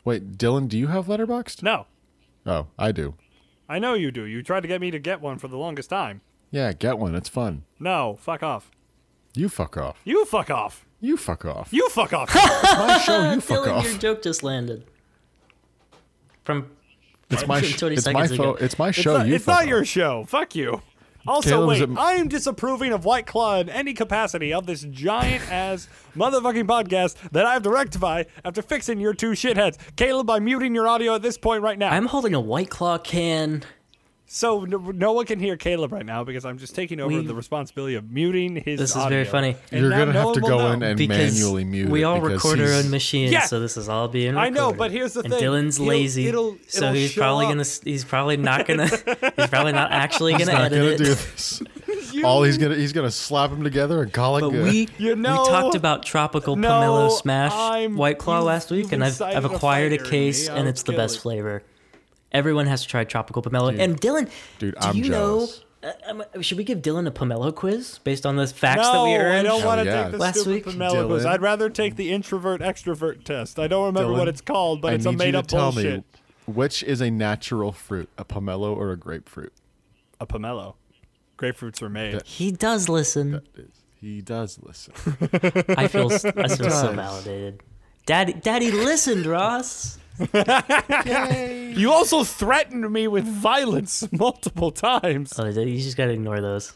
Speaker 1: Wait, Dylan, do you have Letterboxd?
Speaker 2: No,
Speaker 1: Oh, I do.
Speaker 2: I know you do. You tried to get me to get one for the longest time.
Speaker 1: Yeah, get one. It's fun.
Speaker 2: No, fuck off.
Speaker 1: You fuck off.
Speaker 2: You fuck off.
Speaker 1: You fuck
Speaker 2: [LAUGHS]
Speaker 1: off.
Speaker 2: You fuck
Speaker 3: [LAUGHS]
Speaker 2: off.
Speaker 1: my show. You
Speaker 3: Dylan,
Speaker 1: fuck
Speaker 3: your
Speaker 1: off.
Speaker 3: joke just landed. From
Speaker 1: It's my. Sh-
Speaker 3: 20
Speaker 1: it's my.
Speaker 3: seconds ago.
Speaker 1: Fo- it's my
Speaker 2: It's
Speaker 1: show.
Speaker 2: not,
Speaker 1: you
Speaker 2: it's
Speaker 1: fuck
Speaker 2: not
Speaker 1: off.
Speaker 2: your show. Fuck you. Also,
Speaker 1: Caleb is
Speaker 2: wait.
Speaker 1: a-
Speaker 2: I am disapproving of White Claw in any capacity of this
Speaker 1: [LAUGHS]
Speaker 2: giant ass motherfucking podcast that I have to rectify after fixing your two shitheads. Caleb, I'm muting your audio at this point right now.
Speaker 3: I'm holding a white claw can
Speaker 2: So no, no one can hear Caleb right now because I'm just taking over
Speaker 3: We-
Speaker 2: the responsibility of muting his.
Speaker 3: This is
Speaker 2: audio.
Speaker 3: very funny.
Speaker 2: And
Speaker 1: You're
Speaker 2: now
Speaker 1: gonna
Speaker 2: no
Speaker 1: have to
Speaker 2: one
Speaker 1: go
Speaker 2: will know.
Speaker 1: in and
Speaker 3: because
Speaker 1: manually mute.
Speaker 3: we
Speaker 1: it
Speaker 3: all
Speaker 1: because
Speaker 3: record our
Speaker 1: he's-
Speaker 3: own machines,
Speaker 2: Yeah.
Speaker 3: so this is all being
Speaker 2: I
Speaker 3: recorded.
Speaker 2: know, but here's the
Speaker 3: and
Speaker 2: thing.
Speaker 3: Dylan's
Speaker 2: He'll-
Speaker 3: lazy,
Speaker 2: it'll-
Speaker 3: so
Speaker 2: it'll
Speaker 3: he's
Speaker 2: show
Speaker 3: probably
Speaker 2: up.
Speaker 3: gonna. He's probably not gonna.
Speaker 2: [LAUGHS]
Speaker 3: he's probably not actually gonna
Speaker 1: He's not
Speaker 3: edit
Speaker 1: gonna
Speaker 3: it.
Speaker 1: do this. all he's gonna he's gonna slap them together and call it
Speaker 3: But
Speaker 1: good.
Speaker 3: we
Speaker 2: You know-
Speaker 3: we talked about tropical
Speaker 2: No,
Speaker 3: pomelo smash
Speaker 2: I'm-
Speaker 3: white claw
Speaker 2: you've-
Speaker 3: last week,
Speaker 2: you've
Speaker 3: and I've
Speaker 2: incited
Speaker 3: I've
Speaker 2: a
Speaker 3: acquired a
Speaker 2: fire in me.
Speaker 3: case, and
Speaker 2: I'll
Speaker 3: it's the
Speaker 2: kill
Speaker 3: best
Speaker 2: it.
Speaker 3: flavor. Everyone has to try tropical pomelo. And Dylan,
Speaker 1: Dude,
Speaker 3: do
Speaker 1: I'm
Speaker 3: you
Speaker 1: jealous.
Speaker 3: know? Uh, um, should we give Dylan a pomelo quiz based on the facts
Speaker 2: No,
Speaker 3: that we
Speaker 2: I
Speaker 3: earned?
Speaker 2: don't want to
Speaker 1: yeah.
Speaker 2: take the
Speaker 3: Last
Speaker 2: stupid
Speaker 3: week,
Speaker 2: Pomelo quiz.
Speaker 1: Dylan.
Speaker 2: I'd rather take the introvert extrovert test. I don't remember
Speaker 1: Dylan,
Speaker 2: what it's called, but
Speaker 1: I
Speaker 2: it's
Speaker 1: need
Speaker 2: a
Speaker 1: you
Speaker 2: made
Speaker 1: to
Speaker 2: up
Speaker 1: tell
Speaker 2: bullshit.
Speaker 1: me which is a natural fruit, a pomelo or a grapefruit.
Speaker 2: A pomelo. Grapefruits are made.
Speaker 3: He does listen.
Speaker 1: He does listen.
Speaker 3: I
Speaker 1: [LAUGHS]
Speaker 3: feel s- I feel so
Speaker 1: does.
Speaker 3: validated. Daddy, Daddy listened, Ross.
Speaker 2: You also threatened me with violence [LAUGHS] multiple times.
Speaker 1: Uh,
Speaker 3: Oh, you just gotta ignore those.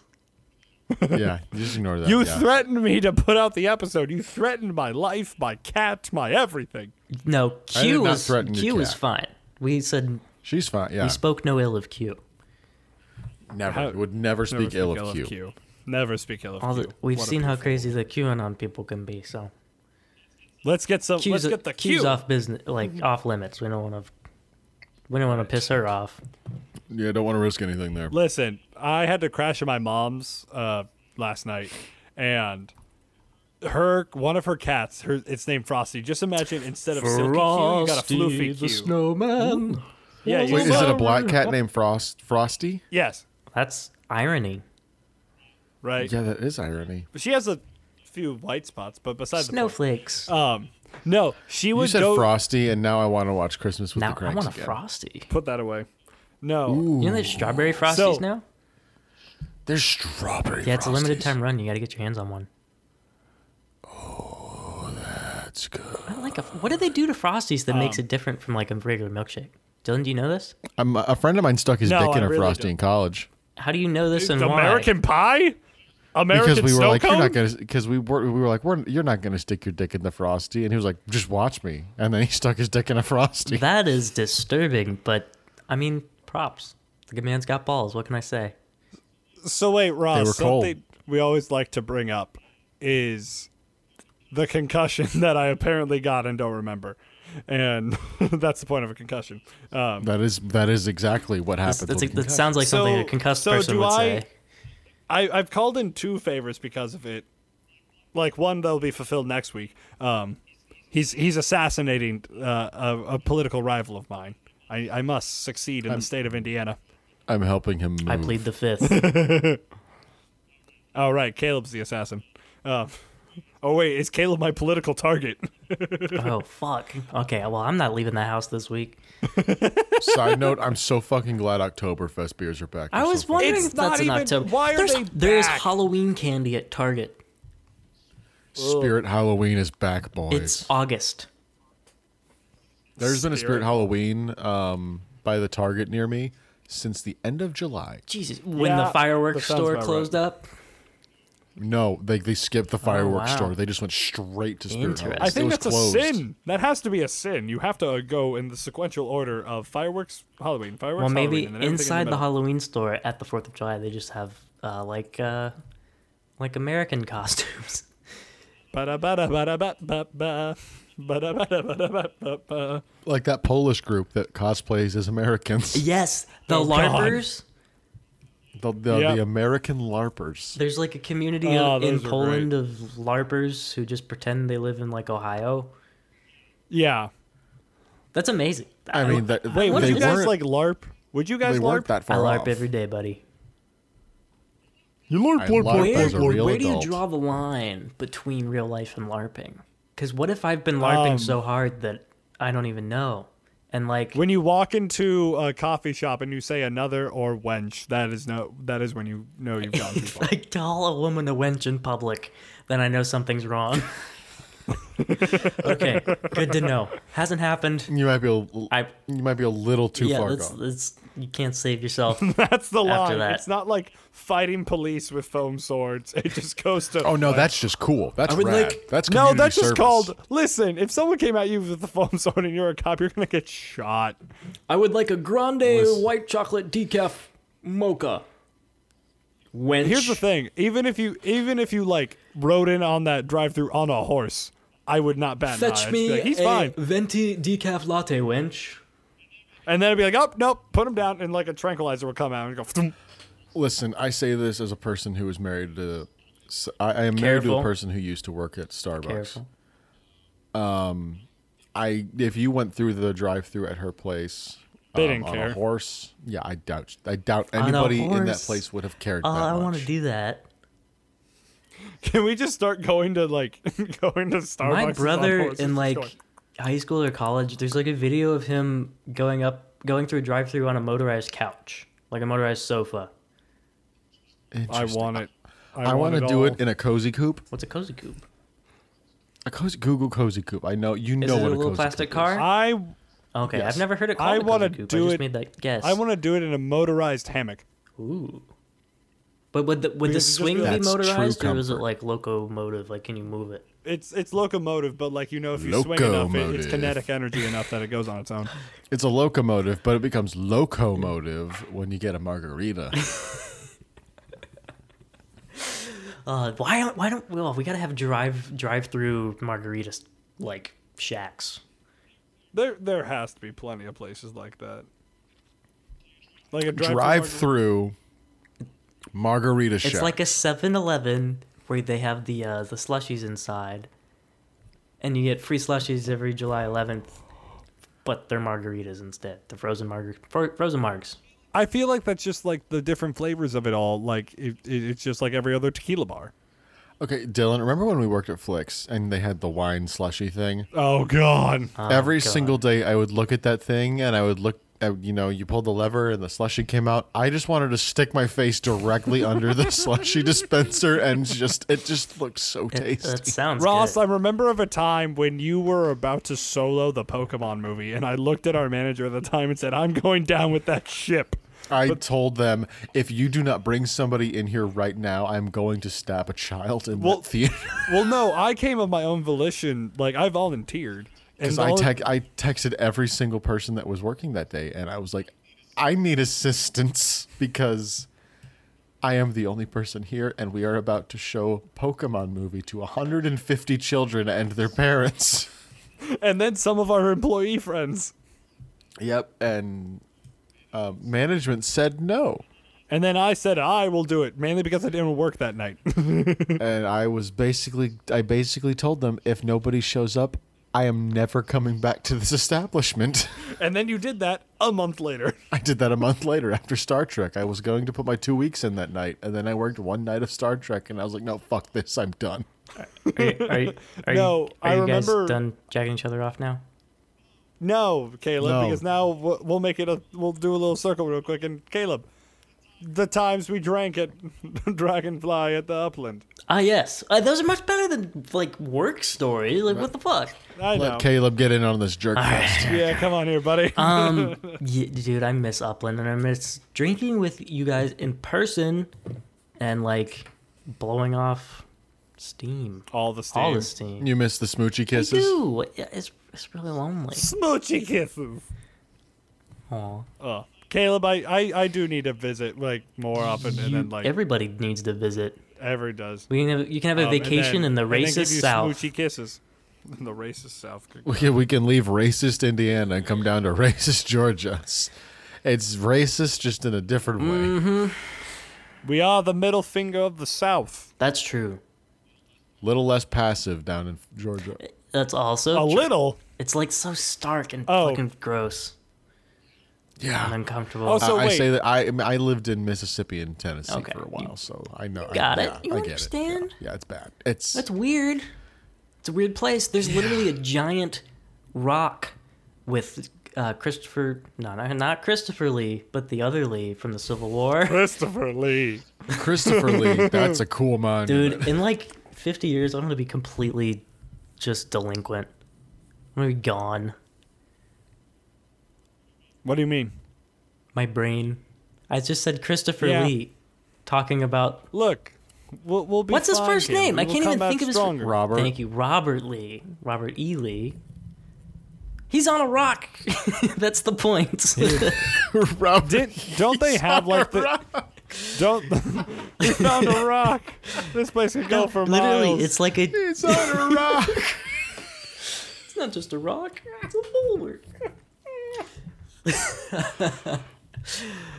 Speaker 1: [LAUGHS] yeah, just ignore that.
Speaker 2: You
Speaker 1: yeah.
Speaker 2: threatened me to put out the episode. You threatened my life, my cat, my everything.
Speaker 3: No,
Speaker 1: I did
Speaker 3: Q
Speaker 1: not
Speaker 3: was
Speaker 1: threaten your
Speaker 3: Q was
Speaker 1: cat.
Speaker 3: fine. We said
Speaker 1: She's fine. Yeah,
Speaker 3: we spoke no ill of Q.
Speaker 1: never
Speaker 2: How-
Speaker 1: would never speak,
Speaker 2: Never speak
Speaker 1: ill of Q.
Speaker 2: Never speak ill of
Speaker 3: All
Speaker 2: Q.
Speaker 3: the, we've
Speaker 2: What a
Speaker 3: seen how
Speaker 2: beautiful-
Speaker 3: crazy the QAnon people can be. So
Speaker 2: Let's get some.
Speaker 3: Q's,
Speaker 2: let's get the Q.
Speaker 3: Q's
Speaker 2: Mm-hmm.
Speaker 3: off business, like off limits. We don't want to. We don't want to piss her off.
Speaker 1: Yeah, don't want to risk anything there.
Speaker 2: Listen, I had to crash at my mom's uh, last night, and her one of her cats, her it's named Frosty. Just imagine instead of Silky Q, you got a floofy Q.
Speaker 1: snowman.
Speaker 2: Yeah, you
Speaker 1: Wait, is
Speaker 2: saw-
Speaker 1: it a black cat named Frost Frosty?
Speaker 2: yes,
Speaker 3: That's irony.
Speaker 2: right.
Speaker 1: Yeah, that is irony.
Speaker 2: She has a few white spots, but besides the point,
Speaker 3: Snowflakes.
Speaker 2: um, no, she
Speaker 1: You
Speaker 2: would
Speaker 1: said
Speaker 2: go
Speaker 1: Frosty, and now I want to watch Christmas with
Speaker 3: now
Speaker 1: the
Speaker 3: I
Speaker 1: Cranks
Speaker 3: want a
Speaker 1: again.
Speaker 3: frosty.
Speaker 2: put that away. No,
Speaker 3: You know there's strawberry frosties
Speaker 2: So-
Speaker 3: now.
Speaker 1: There's strawberry.
Speaker 3: Yeah, it's a limited
Speaker 1: Frosties.
Speaker 3: time run. You got to get your hands on one.
Speaker 1: That's good.
Speaker 3: I like a, what do they do to frosties that
Speaker 2: Um,
Speaker 3: makes it different from like a regular milkshake? Dylan, do you know this?
Speaker 1: Um, a friend of mine stuck his
Speaker 2: No,
Speaker 1: dick in
Speaker 2: I
Speaker 1: a
Speaker 2: really
Speaker 1: Frosty
Speaker 2: don't.
Speaker 1: in college
Speaker 3: How do you know this and why?
Speaker 2: American Pie, American
Speaker 1: because we were
Speaker 2: snow
Speaker 1: like,
Speaker 2: cone?
Speaker 1: "You're not gonna," because we were we were like, we're, "You're not gonna stick your dick in the Frosty," and he was like, "Just watch me," and then he [LAUGHS] stuck his dick in a Frosty.
Speaker 3: That is disturbing, but I mean, props. The good man's got balls. What can I say?
Speaker 2: So wait, Ross,
Speaker 1: were cold.
Speaker 2: something we always like to bring up is the concussion [LAUGHS] that I apparently got and don't remember. And [LAUGHS] that's the point of a concussion. Um,
Speaker 1: that is that is exactly what
Speaker 3: That's,
Speaker 1: happened.
Speaker 3: that's,
Speaker 1: with
Speaker 3: that sounds like something a
Speaker 2: So-
Speaker 3: concussed
Speaker 2: so
Speaker 3: person
Speaker 2: do
Speaker 3: would
Speaker 2: I-
Speaker 3: say.
Speaker 2: I, I've called in two favors because of it. Like one that'll be fulfilled next week. Um, he's he's assassinating uh, a, a political rival of mine. I, I must succeed in the state of Indiana.
Speaker 1: I'm helping him. Move.
Speaker 3: I
Speaker 1: [LAUGHS]
Speaker 3: plead the fifth.
Speaker 2: Oh right, Caleb's the assassin. Uh, oh wait, is Caleb my political target?
Speaker 3: oh fuck. Okay, well I'm not leaving the house this week.
Speaker 1: Side note: I'm so fucking glad Oktoberfest beers are back.
Speaker 3: I
Speaker 1: They're
Speaker 3: was
Speaker 1: so
Speaker 3: wondering
Speaker 2: It's
Speaker 3: if that's
Speaker 2: not
Speaker 3: in
Speaker 2: even-
Speaker 3: October.
Speaker 2: why are
Speaker 3: There's,
Speaker 2: they
Speaker 3: there's
Speaker 2: back?
Speaker 3: Halloween candy at Target.
Speaker 1: fucking- Spirit Halloween is back, boys.
Speaker 3: It's August.
Speaker 1: There's been a Spirit
Speaker 2: Spirit.
Speaker 1: Halloween um, by the Target near me since the end of July.
Speaker 3: Jesus, when
Speaker 2: Yeah,
Speaker 3: the fireworks
Speaker 2: that sounds
Speaker 3: store
Speaker 2: about
Speaker 3: closed
Speaker 2: right.
Speaker 3: up.
Speaker 1: No, they they skipped the fireworks
Speaker 3: wow.
Speaker 1: store. They just went straight to Spirit
Speaker 3: Interesting.
Speaker 1: Halloween.
Speaker 2: I
Speaker 1: It
Speaker 2: think
Speaker 1: was
Speaker 2: that's
Speaker 1: closed.
Speaker 2: a sin. That has to be a sin. You have to go in the sequential order of fireworks, Halloween, fireworks,
Speaker 3: Well, maybe
Speaker 2: Halloween, and then everything
Speaker 3: inside
Speaker 2: in
Speaker 3: the
Speaker 2: the, middle.
Speaker 3: Halloween store at the Fourth of July, they just have uh, like uh, like American [LAUGHS] costumes.
Speaker 2: Bada bada bada ba ba ba. Bada bada bada ba ba ba.
Speaker 1: Like that Polish group that cosplays as
Speaker 3: [LAUGHS]
Speaker 1: Americans.
Speaker 3: yes, the
Speaker 2: Oh, God.
Speaker 3: larpers.
Speaker 1: The, the,
Speaker 2: Yep.
Speaker 1: the American LARPers.
Speaker 3: There's like a community
Speaker 2: Oh,
Speaker 3: of, in
Speaker 2: those are
Speaker 3: Poland of larpers who just pretend they live in like Ohio.
Speaker 2: Yeah.
Speaker 3: That's amazing.
Speaker 1: I mean, that,
Speaker 2: Wait, would
Speaker 1: they
Speaker 2: you guys
Speaker 1: weren't,
Speaker 2: like LARP? Would you guys
Speaker 1: they
Speaker 2: LARP?
Speaker 1: weren't that
Speaker 3: I
Speaker 1: far
Speaker 3: LARP
Speaker 1: off.
Speaker 3: every day, buddy.
Speaker 2: You LARP,
Speaker 1: I LARP as a real
Speaker 3: where do you
Speaker 1: adult.
Speaker 3: draw the line between real life and LARPing? Because what if I've been LARPing
Speaker 2: Um,
Speaker 3: so hard that I don't even know? And like,
Speaker 2: When you walk into a coffee shop and you say another or wench, that is no. That is when you know you've gone too
Speaker 3: [LAUGHS]
Speaker 2: far.
Speaker 3: I call a woman a wench in public, then I know something's wrong. [LAUGHS] okay, good to know. Hasn't happened.
Speaker 1: You might be a, l-
Speaker 3: I
Speaker 1: you might be a little too
Speaker 3: yeah,
Speaker 1: far
Speaker 3: that's,
Speaker 1: gone.
Speaker 3: that's you can't save yourself.
Speaker 2: That's the
Speaker 3: After
Speaker 2: line.
Speaker 3: that.
Speaker 2: It's not like fighting police with foam swords. It just goes to.
Speaker 1: Oh no,
Speaker 2: like,
Speaker 1: that's just cool. That's
Speaker 3: I would
Speaker 1: rad.
Speaker 3: like-
Speaker 1: that's
Speaker 2: No,
Speaker 1: community
Speaker 2: that's just
Speaker 1: service.
Speaker 2: called. Listen, if someone came at you with the foam [LAUGHS] sword and you're a cop, you're gonna get shot.
Speaker 3: I would like a grande
Speaker 1: Listen.
Speaker 3: white chocolate decaf
Speaker 4: Mocha. Wench.
Speaker 2: Here's the thing: even if you even if you like rode in on that drive-through on a horse, I would not bat an eye. I'd
Speaker 4: Fetch
Speaker 2: just
Speaker 4: me
Speaker 2: be like, He's
Speaker 4: a
Speaker 2: fine,
Speaker 4: venti decaf latte, wench.
Speaker 2: and then I'd be like, "Oh nope, put him down," and like a tranquilizer will come out and go. [LAUGHS] "Thump."
Speaker 1: Listen, I say this as a person who is married to. s- I, I am married to a
Speaker 3: Careful.
Speaker 1: person who used to work at Starbucks.
Speaker 3: Careful.
Speaker 1: I if you went through the drive-through at her place, um,
Speaker 2: They didn't
Speaker 1: on
Speaker 2: care.
Speaker 1: a horse. Yeah, I doubt. I doubt
Speaker 3: a
Speaker 1: anybody in that
Speaker 3: horse.
Speaker 1: place would have cared.
Speaker 3: Oh,
Speaker 1: that
Speaker 3: I want to
Speaker 1: much.
Speaker 3: do that.
Speaker 2: Can we just start going to like [LAUGHS] going to Starbucks?
Speaker 3: My brother in like
Speaker 2: Going,
Speaker 3: high school or college, there's like a video of him going up, going through a drive-through on a motorized couch, like a motorized sofa.
Speaker 2: I
Speaker 1: Interesting.
Speaker 2: want it. I,
Speaker 1: I
Speaker 2: want
Speaker 1: want to
Speaker 2: it
Speaker 1: do
Speaker 2: all."
Speaker 1: it in a cozy coop.
Speaker 3: What's a cozy coop?
Speaker 1: A cozy Google cozy coop. I know you
Speaker 3: Is
Speaker 1: know
Speaker 3: it a
Speaker 1: what
Speaker 3: little
Speaker 1: cozy
Speaker 3: plastic
Speaker 1: coop is.
Speaker 3: car?
Speaker 2: I
Speaker 3: Okay,
Speaker 1: Yes.
Speaker 3: I've never heard it
Speaker 2: I
Speaker 3: called a
Speaker 2: wanna
Speaker 3: cozy coop.
Speaker 2: do
Speaker 3: I just
Speaker 2: it-
Speaker 3: made that guess.
Speaker 2: I want to do it in a motorized hammock.
Speaker 3: Ooh. But would the, would the
Speaker 2: Because it's just
Speaker 3: swing be
Speaker 1: That's true
Speaker 3: motorized, or is it
Speaker 1: comfort.
Speaker 3: like locomotive? Like, can you move it?
Speaker 2: It's it's locomotive, but like you know, if you swing enough, it, it's
Speaker 1: Locomotive.
Speaker 2: kinetic energy enough that it goes on its own.
Speaker 1: It's a locomotive, but it becomes locomotive when you get a
Speaker 3: [LAUGHS]
Speaker 1: margarita.
Speaker 3: Uh, why don't why don't well we gotta have drive drive through margaritas like shacks.
Speaker 2: There there has to be plenty of places like that. Like a drive-thru
Speaker 1: Drive
Speaker 2: margarita-
Speaker 1: through margarita shack.
Speaker 3: It's like a 7-Eleven where they have the uh, the slushies inside, and you get free slushies every July 11th, but they're margaritas instead. The frozen margar fro- frozen margs.
Speaker 2: I feel like that's just like the different flavors of it all. Like it, it, it's just like every other tequila bar.
Speaker 1: okay, Dylan. Remember when we worked at Flicks and they had the wine slushy thing?
Speaker 2: Oh god.
Speaker 3: Oh,
Speaker 1: Every
Speaker 3: God.
Speaker 1: single day, I would look at that thing and I would look. At, you know, you pulled the lever and the slushy came out. I just wanted to stick my face directly [LAUGHS] under the slushy dispenser and just it just looked so
Speaker 3: It,
Speaker 1: tasty.
Speaker 3: that sounds
Speaker 2: Ross,
Speaker 3: good.
Speaker 2: I remember of a time when you were about to solo the Pokemon movie, and I looked at our manager at the time and said, "I'm going down with that ship."
Speaker 1: I told them if you do not bring somebody in here right now, I'm going to stab a child in
Speaker 2: Well,
Speaker 1: the theater.
Speaker 2: Well, no, I came of my own volition. Like I volunteered, and
Speaker 1: Because
Speaker 2: the
Speaker 1: I
Speaker 2: only-
Speaker 1: tec- I texted every single person that was working that day, and I was like, I need assistance [LAUGHS] because I am the only person here, and we are about to show Pokemon movie to 150 children and their parents.
Speaker 2: and then some of our employee friends,
Speaker 1: yep, and uh, management said no,
Speaker 2: and then I said I will do it mainly because I didn't work that night. [LAUGHS]
Speaker 1: and I was basically I basically told them if nobody shows up, I am never coming back to this establishment. [LAUGHS]
Speaker 2: and then you did that a month later. [LAUGHS]
Speaker 1: I did that a month later after Star Trek. I was going to put my two weeks in that night, and then I worked one night of Star Trek, and I was like, no, fuck this, I'm done.
Speaker 3: Are you, are you,
Speaker 1: [LAUGHS]
Speaker 3: are
Speaker 2: No,
Speaker 3: you, are
Speaker 2: I
Speaker 3: you guys
Speaker 2: remember-
Speaker 3: done jacking each other off now?
Speaker 2: No, Caleb,
Speaker 1: No.
Speaker 2: because now we'll, we'll make it a we'll do a little circle real quick. And Caleb, the times we drank at [LAUGHS] Dragonfly at the Upland.
Speaker 3: Ah, yes. Uh, those are much better than like work stories. Like, what the fuck?
Speaker 2: I know.
Speaker 1: Let Caleb get in on this jerk fest.
Speaker 2: Yeah, come on here, buddy. [LAUGHS]
Speaker 3: Um, y dude, I miss Upland and I miss drinking with you guys in person and like blowing off steam,
Speaker 2: all the steam.
Speaker 3: all the steam.
Speaker 1: You miss the smoochy
Speaker 3: I
Speaker 1: kisses?
Speaker 3: do. Yeah, It's it's really lonely.
Speaker 2: Smoochy kisses.
Speaker 3: Aw.
Speaker 2: Oh, Caleb, I, I I do need to visit like more often, and then like
Speaker 3: Everybody needs to visit.
Speaker 2: every does.
Speaker 3: We can have, you can have a
Speaker 2: Um, and
Speaker 3: vacation
Speaker 2: then-
Speaker 3: in the
Speaker 2: and then give
Speaker 3: racist
Speaker 2: you
Speaker 3: south.
Speaker 2: Smoochy kisses. [LAUGHS] In the racist south. Good
Speaker 1: We can, we can leave racist Indiana and come down to [LAUGHS] racist Georgia. It's, it's racist just in a different way.
Speaker 3: Mm-hmm.
Speaker 2: We are the middle finger of the South.
Speaker 3: That's true.
Speaker 1: Little less passive down in Georgia.
Speaker 3: That's also
Speaker 2: A
Speaker 3: true.
Speaker 2: little.
Speaker 3: It's like so stark and
Speaker 2: Oh.
Speaker 3: fucking gross and
Speaker 1: Yeah.
Speaker 3: uncomfortable.
Speaker 2: Also- So
Speaker 1: I, I
Speaker 2: wait.
Speaker 1: say that I I lived in Mississippi and Tennessee
Speaker 3: Okay,
Speaker 1: for a
Speaker 3: you-
Speaker 1: while, so I know. I-
Speaker 3: got it.
Speaker 1: yeah,
Speaker 3: You
Speaker 1: I Get
Speaker 3: understand?
Speaker 1: it. Yeah, yeah, it's bad. It's
Speaker 3: That's weird. It's a weird place. There's literally a giant rock with uh, Christopher, no, not, not Christopher Lee, but the other Lee from the Civil
Speaker 2: [LAUGHS]
Speaker 3: War.
Speaker 2: Christopher Lee.
Speaker 1: Christopher Lee. That's a cool monument.
Speaker 3: Dude, in like 50 years, I'm going to be completely just delinquent. I'm going to be gone.
Speaker 2: What do you mean?
Speaker 3: My brain. I just said Christopher
Speaker 2: Yeah.
Speaker 3: Lee talking about.
Speaker 2: Look, we'll, we'll be.
Speaker 3: What's his
Speaker 2: fine,
Speaker 3: first
Speaker 2: Caleb.
Speaker 3: name?
Speaker 2: We
Speaker 3: I
Speaker 2: will
Speaker 3: can't even
Speaker 2: come
Speaker 1: [LAUGHS]
Speaker 2: out
Speaker 3: think of his fir-
Speaker 2: stronger.
Speaker 1: Robert.
Speaker 3: Thank you, Robert Lee. Robert E. Lee. He's on a rock. [LAUGHS] That's the point.
Speaker 1: Rob-
Speaker 2: Did, don't they have like the don't [LAUGHS] we found a rock? This place could go for
Speaker 3: [LAUGHS] Literally,
Speaker 2: miles.
Speaker 3: it's like a.
Speaker 1: [LAUGHS] it's
Speaker 3: It's
Speaker 1: on a rock.
Speaker 3: not just a rock. It's a boulder.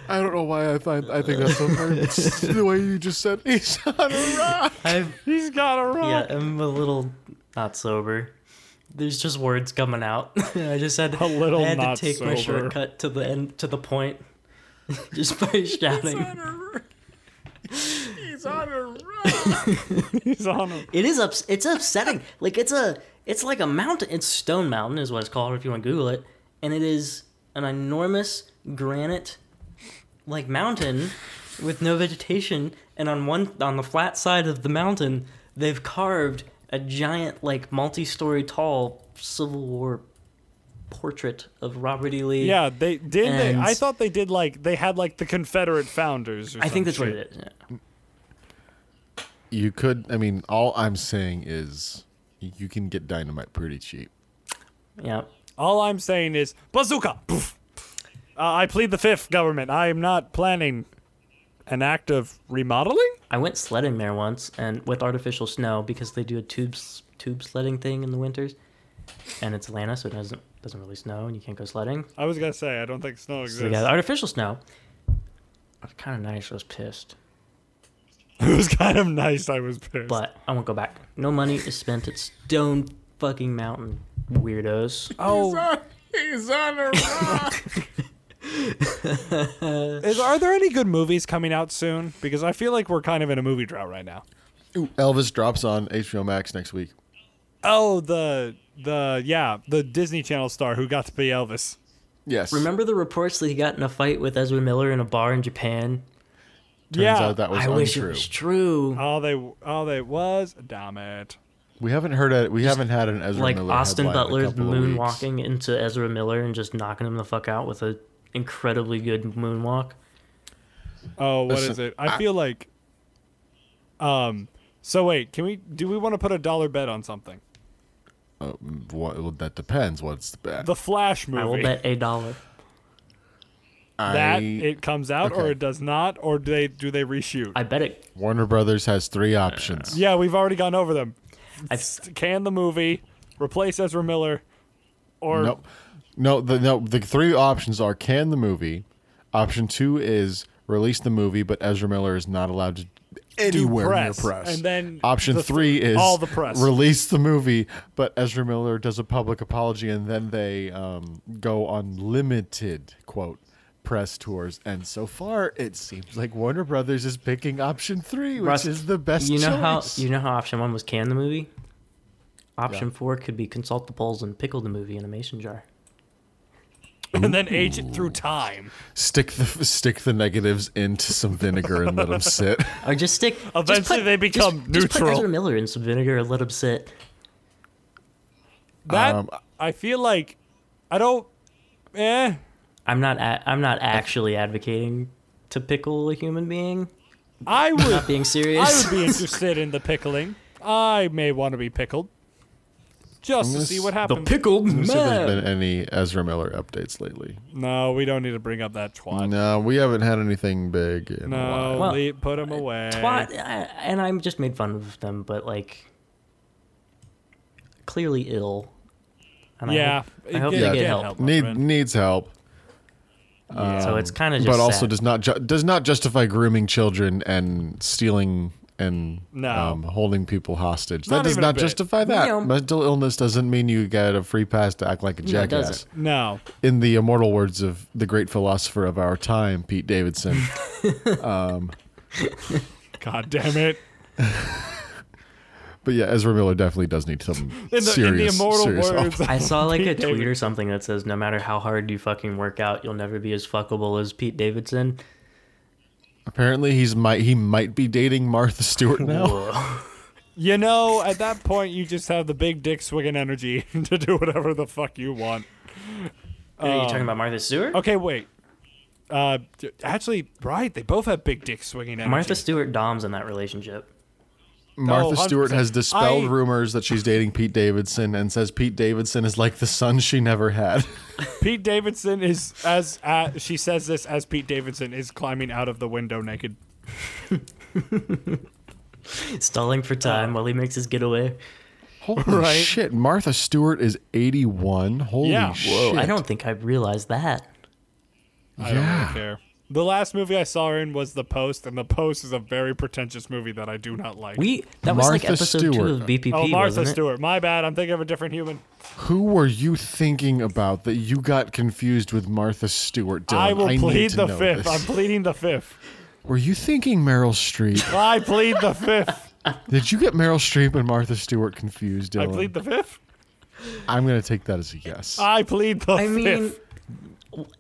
Speaker 1: I don't know why I find I think that's so funny. It's the way you just said he's on a rock.
Speaker 3: I've [LAUGHS]
Speaker 2: he's got a
Speaker 3: yeah.
Speaker 2: rock.
Speaker 3: I'm a little not sober. There's just words coming out. [LAUGHS] I just had
Speaker 2: A little
Speaker 3: I had
Speaker 2: not
Speaker 3: to take my
Speaker 2: sober.
Speaker 3: shortcut to the end to the point, [LAUGHS] just [LAUGHS] by shouting.
Speaker 1: He's on a rock.
Speaker 2: [LAUGHS] He's on a
Speaker 3: It is ups- it's upsetting.
Speaker 2: [LAUGHS]
Speaker 3: Like it's a it's like a mountain. It's Stone Mountain is what it's called if you want to Google it, and it is an enormous granite like mountain with no vegetation. And on one on the flat side of the mountain, they've carved a giant like multi-story tall Civil War portrait of Robert E. Lee.
Speaker 2: Yeah, they did. They,
Speaker 3: And-
Speaker 2: I thought they did like they had like the Confederate founders. Or
Speaker 3: I think
Speaker 2: some
Speaker 3: that's what
Speaker 2: shit.
Speaker 3: it is. yeah.
Speaker 1: You could. I mean, all I'm saying is you can get dynamite pretty cheap.
Speaker 3: Yeah.
Speaker 2: All I'm saying is bazooka. Poof. Uh, I plead the fifth, government. I am not planning an act of remodeling.
Speaker 3: I went sledding there once, and with artificial snow because they do a tube s- tube sledding thing in the winters, and it's Atlanta, so it doesn't doesn't really snow, and you can't go sledding.
Speaker 2: I was gonna say I don't think snow
Speaker 3: So they
Speaker 2: exists.
Speaker 3: got artificial snow. It was kind of nice. I was pissed,
Speaker 2: [LAUGHS] it was kind of nice. I was pissed.
Speaker 3: but I won't go back. No money is spent at Stone fucking Mountain, weirdos.
Speaker 2: oh,
Speaker 1: He's on a
Speaker 3: [LAUGHS]
Speaker 1: rock.
Speaker 2: is, are there any good movies coming out soon? Because I feel like we're kind of in a movie drought right now.
Speaker 1: Ooh, Elvis drops on HBO Max next week.
Speaker 2: Oh, the the yeah, the Disney Channel star who got to be Elvis.
Speaker 1: Yes.
Speaker 3: Remember the reports that he got in a fight with Ezra Miller in a bar in Japan?
Speaker 1: Turns
Speaker 2: yeah.
Speaker 1: out that was
Speaker 3: I
Speaker 1: untrue.
Speaker 3: wish it was true.
Speaker 2: all they all they was. Damn it.
Speaker 1: We haven't heard it. We haven't had an Ezra
Speaker 3: like
Speaker 1: Miller
Speaker 3: Austin
Speaker 1: headline in a
Speaker 3: Butler
Speaker 1: couple of weeks.
Speaker 3: moonwalking into Ezra Miller and just knocking him the fuck out with an incredibly good moonwalk.
Speaker 2: Oh, what is
Speaker 1: Listen,
Speaker 2: it? I, feel like. Um. So wait, can we? Do we want to put a dollar bet on something?
Speaker 1: Uh, what, well, that depends. What's the bet?
Speaker 2: The Flash movie.
Speaker 3: I will bet a dollar.
Speaker 2: that
Speaker 1: I-
Speaker 2: it comes out or
Speaker 1: okay.
Speaker 2: it does not, or do they do they reshoot?
Speaker 3: I bet it.
Speaker 1: Warner Brothers has three options.
Speaker 2: yeah, we've already gone over them.
Speaker 3: I,
Speaker 2: Can the movie replace Ezra Miller, or
Speaker 1: Nope. No, the no the three options are can the movie. Option two is release the movie, but Ezra Miller is not allowed to anywhere
Speaker 2: press,
Speaker 1: near press.
Speaker 2: and then
Speaker 1: option
Speaker 2: the th-
Speaker 1: three is
Speaker 2: all the press.
Speaker 1: release the movie, but Ezra Miller does a public apology, and then they um, go on limited quote press tours. And so far, it seems like Warner Brothers is picking option three, which
Speaker 3: Russ,
Speaker 1: is the best.
Speaker 3: you know how
Speaker 1: choice.
Speaker 3: you know how option one was can the movie. Option four could be consult the polls and pickle the movie in a mason jar.
Speaker 2: and then age it through time?
Speaker 1: stick the stick the negatives into some vinegar and let them sit.
Speaker 3: Or just stick. just
Speaker 2: Eventually
Speaker 3: put-
Speaker 2: they
Speaker 3: just-
Speaker 2: become
Speaker 3: Just put
Speaker 2: neutral.
Speaker 3: Ezra Miller in some vinegar and let him sit.
Speaker 2: That
Speaker 1: Um,
Speaker 2: I feel like I don't. Eh.
Speaker 3: I'm not. A- I'm not actually advocating to pickle a human being.
Speaker 2: I would.
Speaker 3: Not being
Speaker 2: I
Speaker 3: serious.
Speaker 2: would
Speaker 3: [LAUGHS]
Speaker 2: be interested in the pickling. I may want to be pickled. Just to
Speaker 1: gonna
Speaker 2: see
Speaker 1: s-
Speaker 2: what
Speaker 3: the
Speaker 2: happens.
Speaker 3: pickled
Speaker 1: Let me see if there's
Speaker 3: man.
Speaker 1: been any Ezra Miller updates lately.
Speaker 2: no, we don't need to bring up that twat.
Speaker 1: No, we haven't had anything big in a
Speaker 2: No,
Speaker 1: while.
Speaker 3: Mm. Well, uh,
Speaker 2: le- put him away.
Speaker 3: Twat, I- and I'm just made fun of them, but like clearly ill. And I
Speaker 2: Yeah,
Speaker 3: hope- I hope
Speaker 2: it-
Speaker 3: they
Speaker 1: yeah,
Speaker 3: get
Speaker 1: can't
Speaker 3: help.
Speaker 2: help. my
Speaker 1: Need,
Speaker 2: friend.
Speaker 1: needs help,
Speaker 3: so it's kind of just
Speaker 1: Um, but also
Speaker 3: sad.
Speaker 1: does not ju- does not justify grooming children and stealing and
Speaker 2: No.
Speaker 1: um, holding people hostage.
Speaker 2: Not
Speaker 1: that does
Speaker 2: even a
Speaker 1: not
Speaker 2: bit.
Speaker 1: justify that.
Speaker 3: You know-
Speaker 1: Mental illness doesn't mean you get a free pass to act like a
Speaker 3: it
Speaker 1: jackass.
Speaker 3: doesn't.
Speaker 2: No.
Speaker 1: in the immortal words of the great philosopher of our time, Pete
Speaker 2: [LAUGHS]
Speaker 1: Davidson.
Speaker 2: God damn it.
Speaker 1: But yeah, Ezra Miller definitely does need some
Speaker 2: In the,
Speaker 1: serious,
Speaker 2: in the immortal
Speaker 1: serious help.
Speaker 2: words.
Speaker 3: I saw like a
Speaker 2: Pete
Speaker 3: tweet or something that says, "No matter how hard you fucking work out, you'll never be as fuckable as Pete Davidson."
Speaker 1: Apparently, he's might he might be dating Martha
Speaker 3: [LAUGHS]
Speaker 1: Stewart now.
Speaker 3: Whoa.
Speaker 2: [LAUGHS] You know, at that point, you just have the big dick swinging energy [LAUGHS] to do whatever the fuck you want.
Speaker 3: Are you talking about Martha Stewart?
Speaker 2: Um, Okay, wait. Uh, d- actually, right. They both have big dick swinging energy.
Speaker 3: Martha Stewart Dom's in that relationship.
Speaker 1: Martha
Speaker 2: Oh,
Speaker 1: Stewart
Speaker 2: 100%.
Speaker 1: has dispelled
Speaker 2: I-
Speaker 1: rumors that she's dating Pete Davidson and says Pete Davidson is like the son she never had.
Speaker 2: Pete Davidson is as uh, she says this as Pete Davidson is climbing out of the window naked.
Speaker 3: Stalling for
Speaker 2: Uh,
Speaker 3: time while he makes his getaway.
Speaker 1: Holy
Speaker 2: Right.
Speaker 1: shit, Martha Stewart is 81. Holy
Speaker 2: Yeah.
Speaker 1: shit.
Speaker 2: Whoa.
Speaker 3: I don't think I realized that.
Speaker 2: I don't
Speaker 1: Yeah.
Speaker 2: really care. The last movie I saw her in was The Post, and The Post is a very pretentious movie that I do not like.
Speaker 3: We that was like
Speaker 1: Martha
Speaker 3: episode two
Speaker 1: Stewart.
Speaker 3: of BPP,
Speaker 2: oh, Martha
Speaker 3: wasn't it?
Speaker 2: Stewart. My bad. I'm thinking of a different human.
Speaker 1: Who were you thinking about that you got confused with Martha Stewart? Dylan?
Speaker 2: I will
Speaker 1: need
Speaker 2: plead
Speaker 1: to
Speaker 2: the
Speaker 1: know
Speaker 2: fifth.
Speaker 1: this.
Speaker 2: I'm pleading the fifth.
Speaker 1: Were you thinking Meryl
Speaker 2: [LAUGHS]
Speaker 1: Streep?
Speaker 2: I plead the fifth.
Speaker 1: Did you get Meryl Streep and Martha Stewart confused,
Speaker 2: I
Speaker 1: Dylan?
Speaker 2: plead the fifth.
Speaker 1: I'm going to take that as a yes.
Speaker 2: I plead the
Speaker 3: I mean,
Speaker 2: fifth.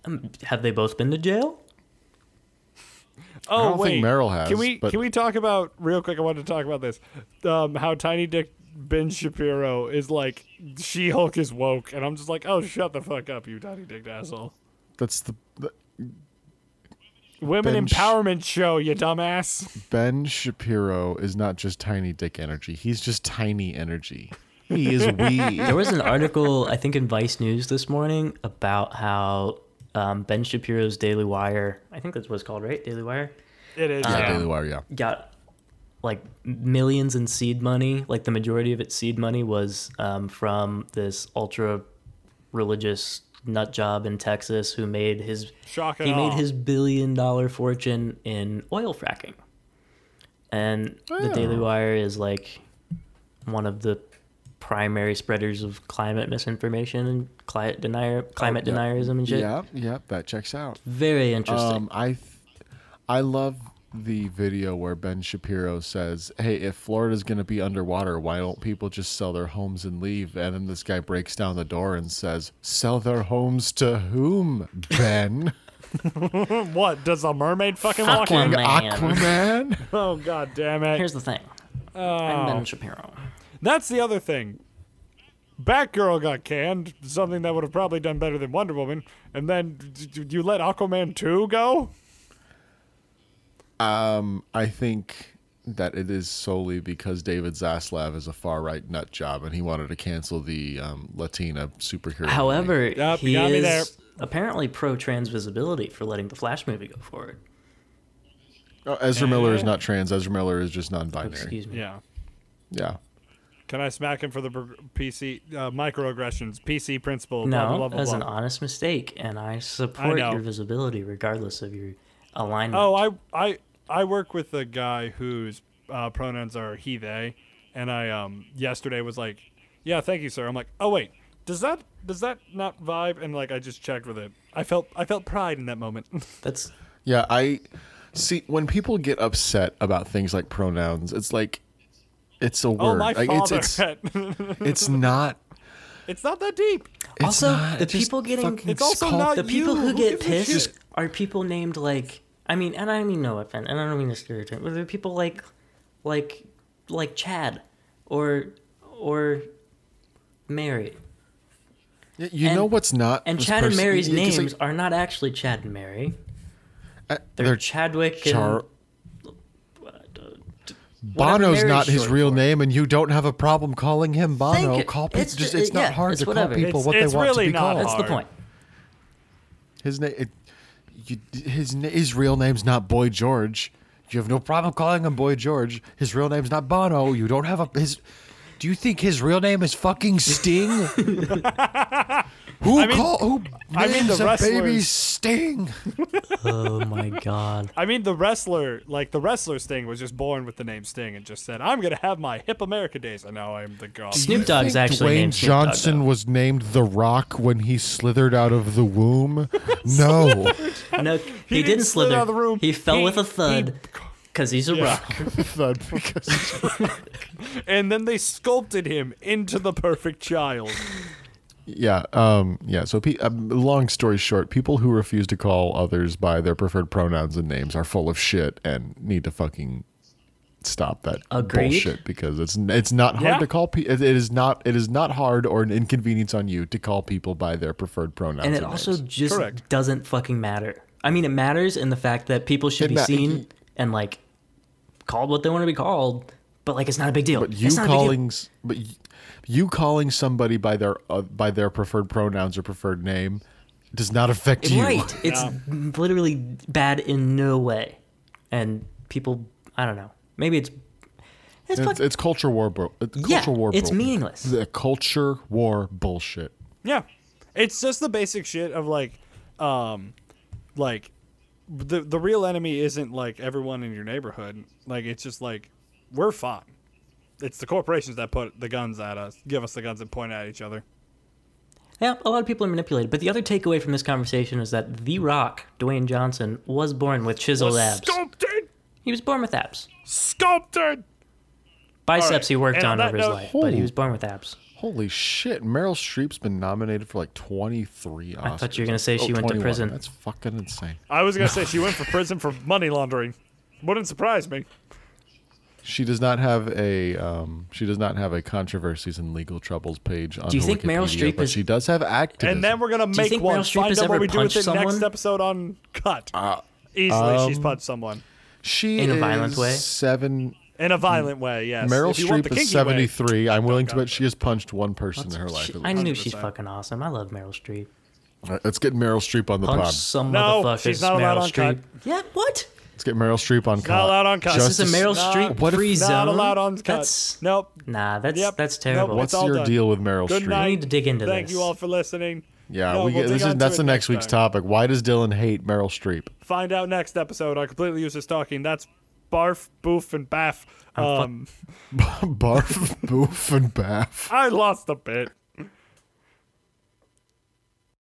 Speaker 3: um, have they both been to jail?
Speaker 2: Oh
Speaker 1: I don't
Speaker 2: wait,
Speaker 1: think Meryl has.
Speaker 2: Can we
Speaker 1: but
Speaker 2: can we talk about real quick? I wanted to talk about this. Um, how Tiny Dick Ben Shapiro is like She Hulk is woke, and I'm just like, oh, shut the fuck up, you Tiny Dick asshole.
Speaker 1: That's the, the
Speaker 2: Women
Speaker 1: Ben Sh-
Speaker 2: empowerment show, you dumbass.
Speaker 1: Ben Shapiro is not just tiny dick energy. He's just tiny energy. He is wee.
Speaker 2: [LAUGHS]
Speaker 3: There was an article I think in Vice News this morning about how um, Ben Shapiro's Daily Wire, I think that's what it's called, right? Daily Wire
Speaker 2: It is.
Speaker 1: yeah,
Speaker 2: yeah.
Speaker 1: Daily Wire. Yeah.
Speaker 3: got like millions in seed money. Like the majority of its seed money was um, from this ultra religious nut job in Texas who made his
Speaker 2: Shock and
Speaker 3: he made
Speaker 2: awe.
Speaker 3: his billion dollar fortune in oil fracking. And the
Speaker 1: Oh.
Speaker 3: Daily Wire is like one of the primary spreaders of climate misinformation and climate denier climate
Speaker 1: Oh, yeah.
Speaker 3: denierism and shit.
Speaker 1: Yeah, yeah, that checks out.
Speaker 3: Very interesting.
Speaker 1: Um, I, th- I love the video where Ben Shapiro says, "Hey, if Florida's going to be underwater, why don't people just sell their homes and leave?" And then this guy breaks down the door and says, "Sell their homes to whom, [LAUGHS] Ben?
Speaker 2: [LAUGHS] What does a mermaid fucking walk in?
Speaker 3: Aquaman.
Speaker 1: Aquaman?
Speaker 2: [LAUGHS] Oh god damn it!
Speaker 3: Here's the thing. I'm
Speaker 1: oh.
Speaker 3: Ben Shapiro.
Speaker 2: That's the other thing. Batgirl got canned, something that would have probably done better than Wonder Woman, and then d- d- you let Aquaman 2 go?
Speaker 1: I think that it is solely because David Zaslav is a far right nut job, and he wanted to cancel the um, Latina superhero. movie.
Speaker 3: However,
Speaker 2: Yep, you
Speaker 3: he
Speaker 2: got me
Speaker 3: is
Speaker 2: there.
Speaker 3: apparently pro trans visibility for letting the Flash movie go forward.
Speaker 1: Oh, Ezra Miller is not trans. Ezra Miller is just non-binary.
Speaker 3: Excuse me.
Speaker 2: Yeah.
Speaker 1: Yeah.
Speaker 2: Can I smack him for the br- PC uh, microaggressions? PC principle. blah,
Speaker 3: No,
Speaker 2: blah,
Speaker 3: that
Speaker 2: blah,
Speaker 3: was
Speaker 2: blah,
Speaker 3: an honest mistake, and I support
Speaker 2: know.
Speaker 3: your visibility regardless of your alignment.
Speaker 2: Oh, I I I work with a guy whose uh, pronouns are he they, and I um yesterday was like, yeah, thank you, sir. I'm like, oh wait, does that does that not vibe? And like I just checked with it. I felt I felt pride in that moment. [LAUGHS]
Speaker 3: That's
Speaker 1: Yeah, I see when people get upset about things like pronouns, it's like it's a word.
Speaker 2: oh my
Speaker 1: Like,
Speaker 2: father!
Speaker 1: it's, it's it's not
Speaker 2: [LAUGHS] It's not that deep.
Speaker 1: it's
Speaker 3: Also,
Speaker 1: not,
Speaker 3: the
Speaker 1: just
Speaker 3: people getting-
Speaker 1: fucking
Speaker 2: It's also
Speaker 1: call-
Speaker 2: not-
Speaker 3: the people
Speaker 2: Oh, you,
Speaker 3: who
Speaker 2: who
Speaker 3: get
Speaker 2: gives a
Speaker 3: pissed
Speaker 2: shit?
Speaker 3: are people named like I mean, and I mean no offense, and I don't mean to stereotype. But they're people like like like Chad or or Mary.
Speaker 1: Y- you
Speaker 3: and-
Speaker 1: know what's not
Speaker 3: And
Speaker 1: this
Speaker 3: Chad and
Speaker 1: person-
Speaker 3: Mary's
Speaker 1: y- y-
Speaker 3: names
Speaker 1: just like,
Speaker 3: are not actually Chad and Mary.
Speaker 1: uh,
Speaker 3: They're,
Speaker 1: they're
Speaker 3: Chadwick
Speaker 1: Char-
Speaker 3: and whatever
Speaker 1: Bono's
Speaker 3: Mary's
Speaker 1: not his
Speaker 3: short
Speaker 1: real
Speaker 3: for.
Speaker 1: name, and you don't have a problem calling him Bono.
Speaker 3: Thank you.
Speaker 1: Call people.
Speaker 3: It's
Speaker 1: It's,
Speaker 3: ju-
Speaker 1: just, it's
Speaker 3: yeah,
Speaker 1: not hard
Speaker 3: it's
Speaker 1: to
Speaker 3: whatever.
Speaker 1: call people
Speaker 2: It's-
Speaker 1: what they
Speaker 2: it's
Speaker 1: want
Speaker 2: really
Speaker 1: to be
Speaker 2: not
Speaker 1: called.
Speaker 2: hard.
Speaker 3: That's the point.
Speaker 1: His name, it, you, his na- his real name's not Boy George. You have no problem calling him Boy George. His real name's not Bono. You don't have a his. Do you think his real name is fucking
Speaker 2: [LAUGHS]
Speaker 1: Sting? who
Speaker 2: mean-
Speaker 1: call who
Speaker 2: I mean,
Speaker 1: names
Speaker 2: the
Speaker 1: a baby
Speaker 2: wrestlers-
Speaker 1: Sting?
Speaker 3: Oh my god.
Speaker 2: I mean, the wrestler, like the wrestler Sting, was just born with the name Sting and just said, "I'm gonna have my hip America days," and now I'm the god.
Speaker 3: [LAUGHS] Snoop
Speaker 1: You
Speaker 3: Dogg's
Speaker 1: think
Speaker 3: actually
Speaker 1: Dwayne
Speaker 3: named Snoop Dogg,
Speaker 1: Johnson
Speaker 3: though?
Speaker 1: was named The Rock when he slithered out of the
Speaker 2: [LAUGHS]
Speaker 1: womb. no,
Speaker 3: No, he, didn't,
Speaker 2: didn't slip
Speaker 3: slither.
Speaker 2: out of the room.
Speaker 3: He fell
Speaker 2: He-
Speaker 3: with a thud because he's a rock.
Speaker 1: Thud, because
Speaker 2: And then they sculpted him into the perfect child.
Speaker 1: Yeah, um, yeah. So, pe- um, long story short, people who refuse to call others by their preferred pronouns and names are full of shit and need to fucking stop that
Speaker 3: Agreed.
Speaker 1: bullshit because it's it's not hard
Speaker 2: Yeah.
Speaker 1: to call. Pe- it, it is not it is not hard or an inconvenience on you to call people by their preferred pronouns.
Speaker 3: And it also
Speaker 1: names.
Speaker 3: just
Speaker 2: Correct.
Speaker 3: doesn't fucking matter. I mean, it matters in the fact that people should
Speaker 1: It
Speaker 3: be
Speaker 1: ma-
Speaker 3: seen and like called what they want to be called, But like, it's not a big deal.
Speaker 1: But you
Speaker 3: it's not a big deal.
Speaker 1: calling, s- but y- you calling somebody by their uh, by their preferred pronouns or preferred name does not affect you.
Speaker 3: Right. It's literally bad in no way. And people, I don't know. Maybe it's. It's,
Speaker 1: It's,
Speaker 3: fuck-
Speaker 1: it's culture war. Bro- it's culture
Speaker 3: Yeah,
Speaker 1: war.
Speaker 3: it's
Speaker 1: bull-
Speaker 3: meaningless.
Speaker 1: The culture war bullshit.
Speaker 2: Yeah. It's just the basic shit of like um like the the real enemy isn't like everyone in your neighborhood. Like it's just like we're fine. It's the corporations that put the guns at us, give us the guns and point at each other.
Speaker 3: yeah, a lot of people are manipulated. But the other takeaway from this conversation is that The Rock, Dwayne Johnson, was born with chiseled abs.
Speaker 2: Sculpted
Speaker 3: He was born with abs.
Speaker 2: sculpted
Speaker 3: Biceps
Speaker 2: All right,
Speaker 3: he worked
Speaker 2: and on
Speaker 3: on
Speaker 2: that
Speaker 3: over his
Speaker 2: note-
Speaker 3: life, but he
Speaker 1: Ooh.
Speaker 3: was born with abs.
Speaker 1: Holy shit! Meryl Streep's been nominated for like twenty three Oscars.
Speaker 3: I thought you were gonna say she
Speaker 1: Oh,
Speaker 3: went to
Speaker 1: 21.
Speaker 3: prison.
Speaker 1: That's fucking insane.
Speaker 2: I was gonna say she went
Speaker 3: [LAUGHS]
Speaker 2: for prison for money laundering. Wouldn't surprise me.
Speaker 1: She does not have a um, she does not have a controversies and legal troubles page on.
Speaker 3: Do you
Speaker 1: her
Speaker 3: think Meryl
Speaker 1: Wikipedia,
Speaker 3: Streep
Speaker 1: but
Speaker 3: is-
Speaker 1: she does have activism.
Speaker 2: And then we're gonna
Speaker 3: you
Speaker 2: make
Speaker 3: think Meryl
Speaker 2: one
Speaker 3: Streep
Speaker 2: find
Speaker 3: has
Speaker 2: out what
Speaker 3: ever
Speaker 2: we do with
Speaker 3: punched
Speaker 2: it next
Speaker 3: someone? Uh, um,
Speaker 2: episode on cut. Easily she's punched someone.
Speaker 1: she
Speaker 3: in a
Speaker 1: is
Speaker 3: violent way?
Speaker 1: Seven.
Speaker 2: In a violent
Speaker 3: hmm.
Speaker 2: way, yes.
Speaker 1: Meryl
Speaker 2: If you want
Speaker 1: Streep is
Speaker 2: the kinky way.
Speaker 1: seventy three. I'm willing to bet she has punched one person in her life.
Speaker 3: She-
Speaker 1: at
Speaker 3: I
Speaker 1: least.
Speaker 3: knew she's
Speaker 2: 100%.
Speaker 3: fucking awesome. I love Meryl Streep.
Speaker 1: All right, let's get Meryl Streep on the
Speaker 3: Punch
Speaker 1: pod.
Speaker 3: some
Speaker 2: No,
Speaker 3: motherfuckers.
Speaker 2: she's not allowed
Speaker 3: Meryl
Speaker 2: on
Speaker 3: Streep.
Speaker 2: cut.
Speaker 3: Yeah, what?
Speaker 1: Let's get Meryl Streep on.
Speaker 2: Not
Speaker 1: Caught.
Speaker 2: allowed on cut.
Speaker 1: Just
Speaker 3: This is a
Speaker 1: to-
Speaker 3: Meryl
Speaker 2: No.
Speaker 3: Streep
Speaker 1: What if-
Speaker 3: free
Speaker 1: Not
Speaker 3: zone.
Speaker 2: Not allowed on cut.
Speaker 3: That's
Speaker 2: Nope.
Speaker 3: nah. That's
Speaker 2: Yep.
Speaker 3: that's
Speaker 2: Nope.
Speaker 3: terrible.
Speaker 2: It's
Speaker 1: What's
Speaker 2: all
Speaker 1: your
Speaker 2: done.
Speaker 1: deal with Meryl
Speaker 2: Good
Speaker 1: Streep?
Speaker 2: night.
Speaker 3: We need to dig into
Speaker 2: Thank
Speaker 3: this.
Speaker 2: you all for listening.
Speaker 1: Yeah,
Speaker 2: No,
Speaker 1: we
Speaker 2: we'll
Speaker 1: get,
Speaker 2: dig
Speaker 1: this
Speaker 2: on
Speaker 1: is
Speaker 2: to
Speaker 1: that's
Speaker 2: it
Speaker 1: the next week's
Speaker 2: time.
Speaker 1: topic. Why does Dylan hate Meryl Streep?
Speaker 2: Find out next episode on Completely Useless Talking. That's barf, boof, and baff. Um,
Speaker 1: Barf, boof, and baff.
Speaker 2: I lost a bit.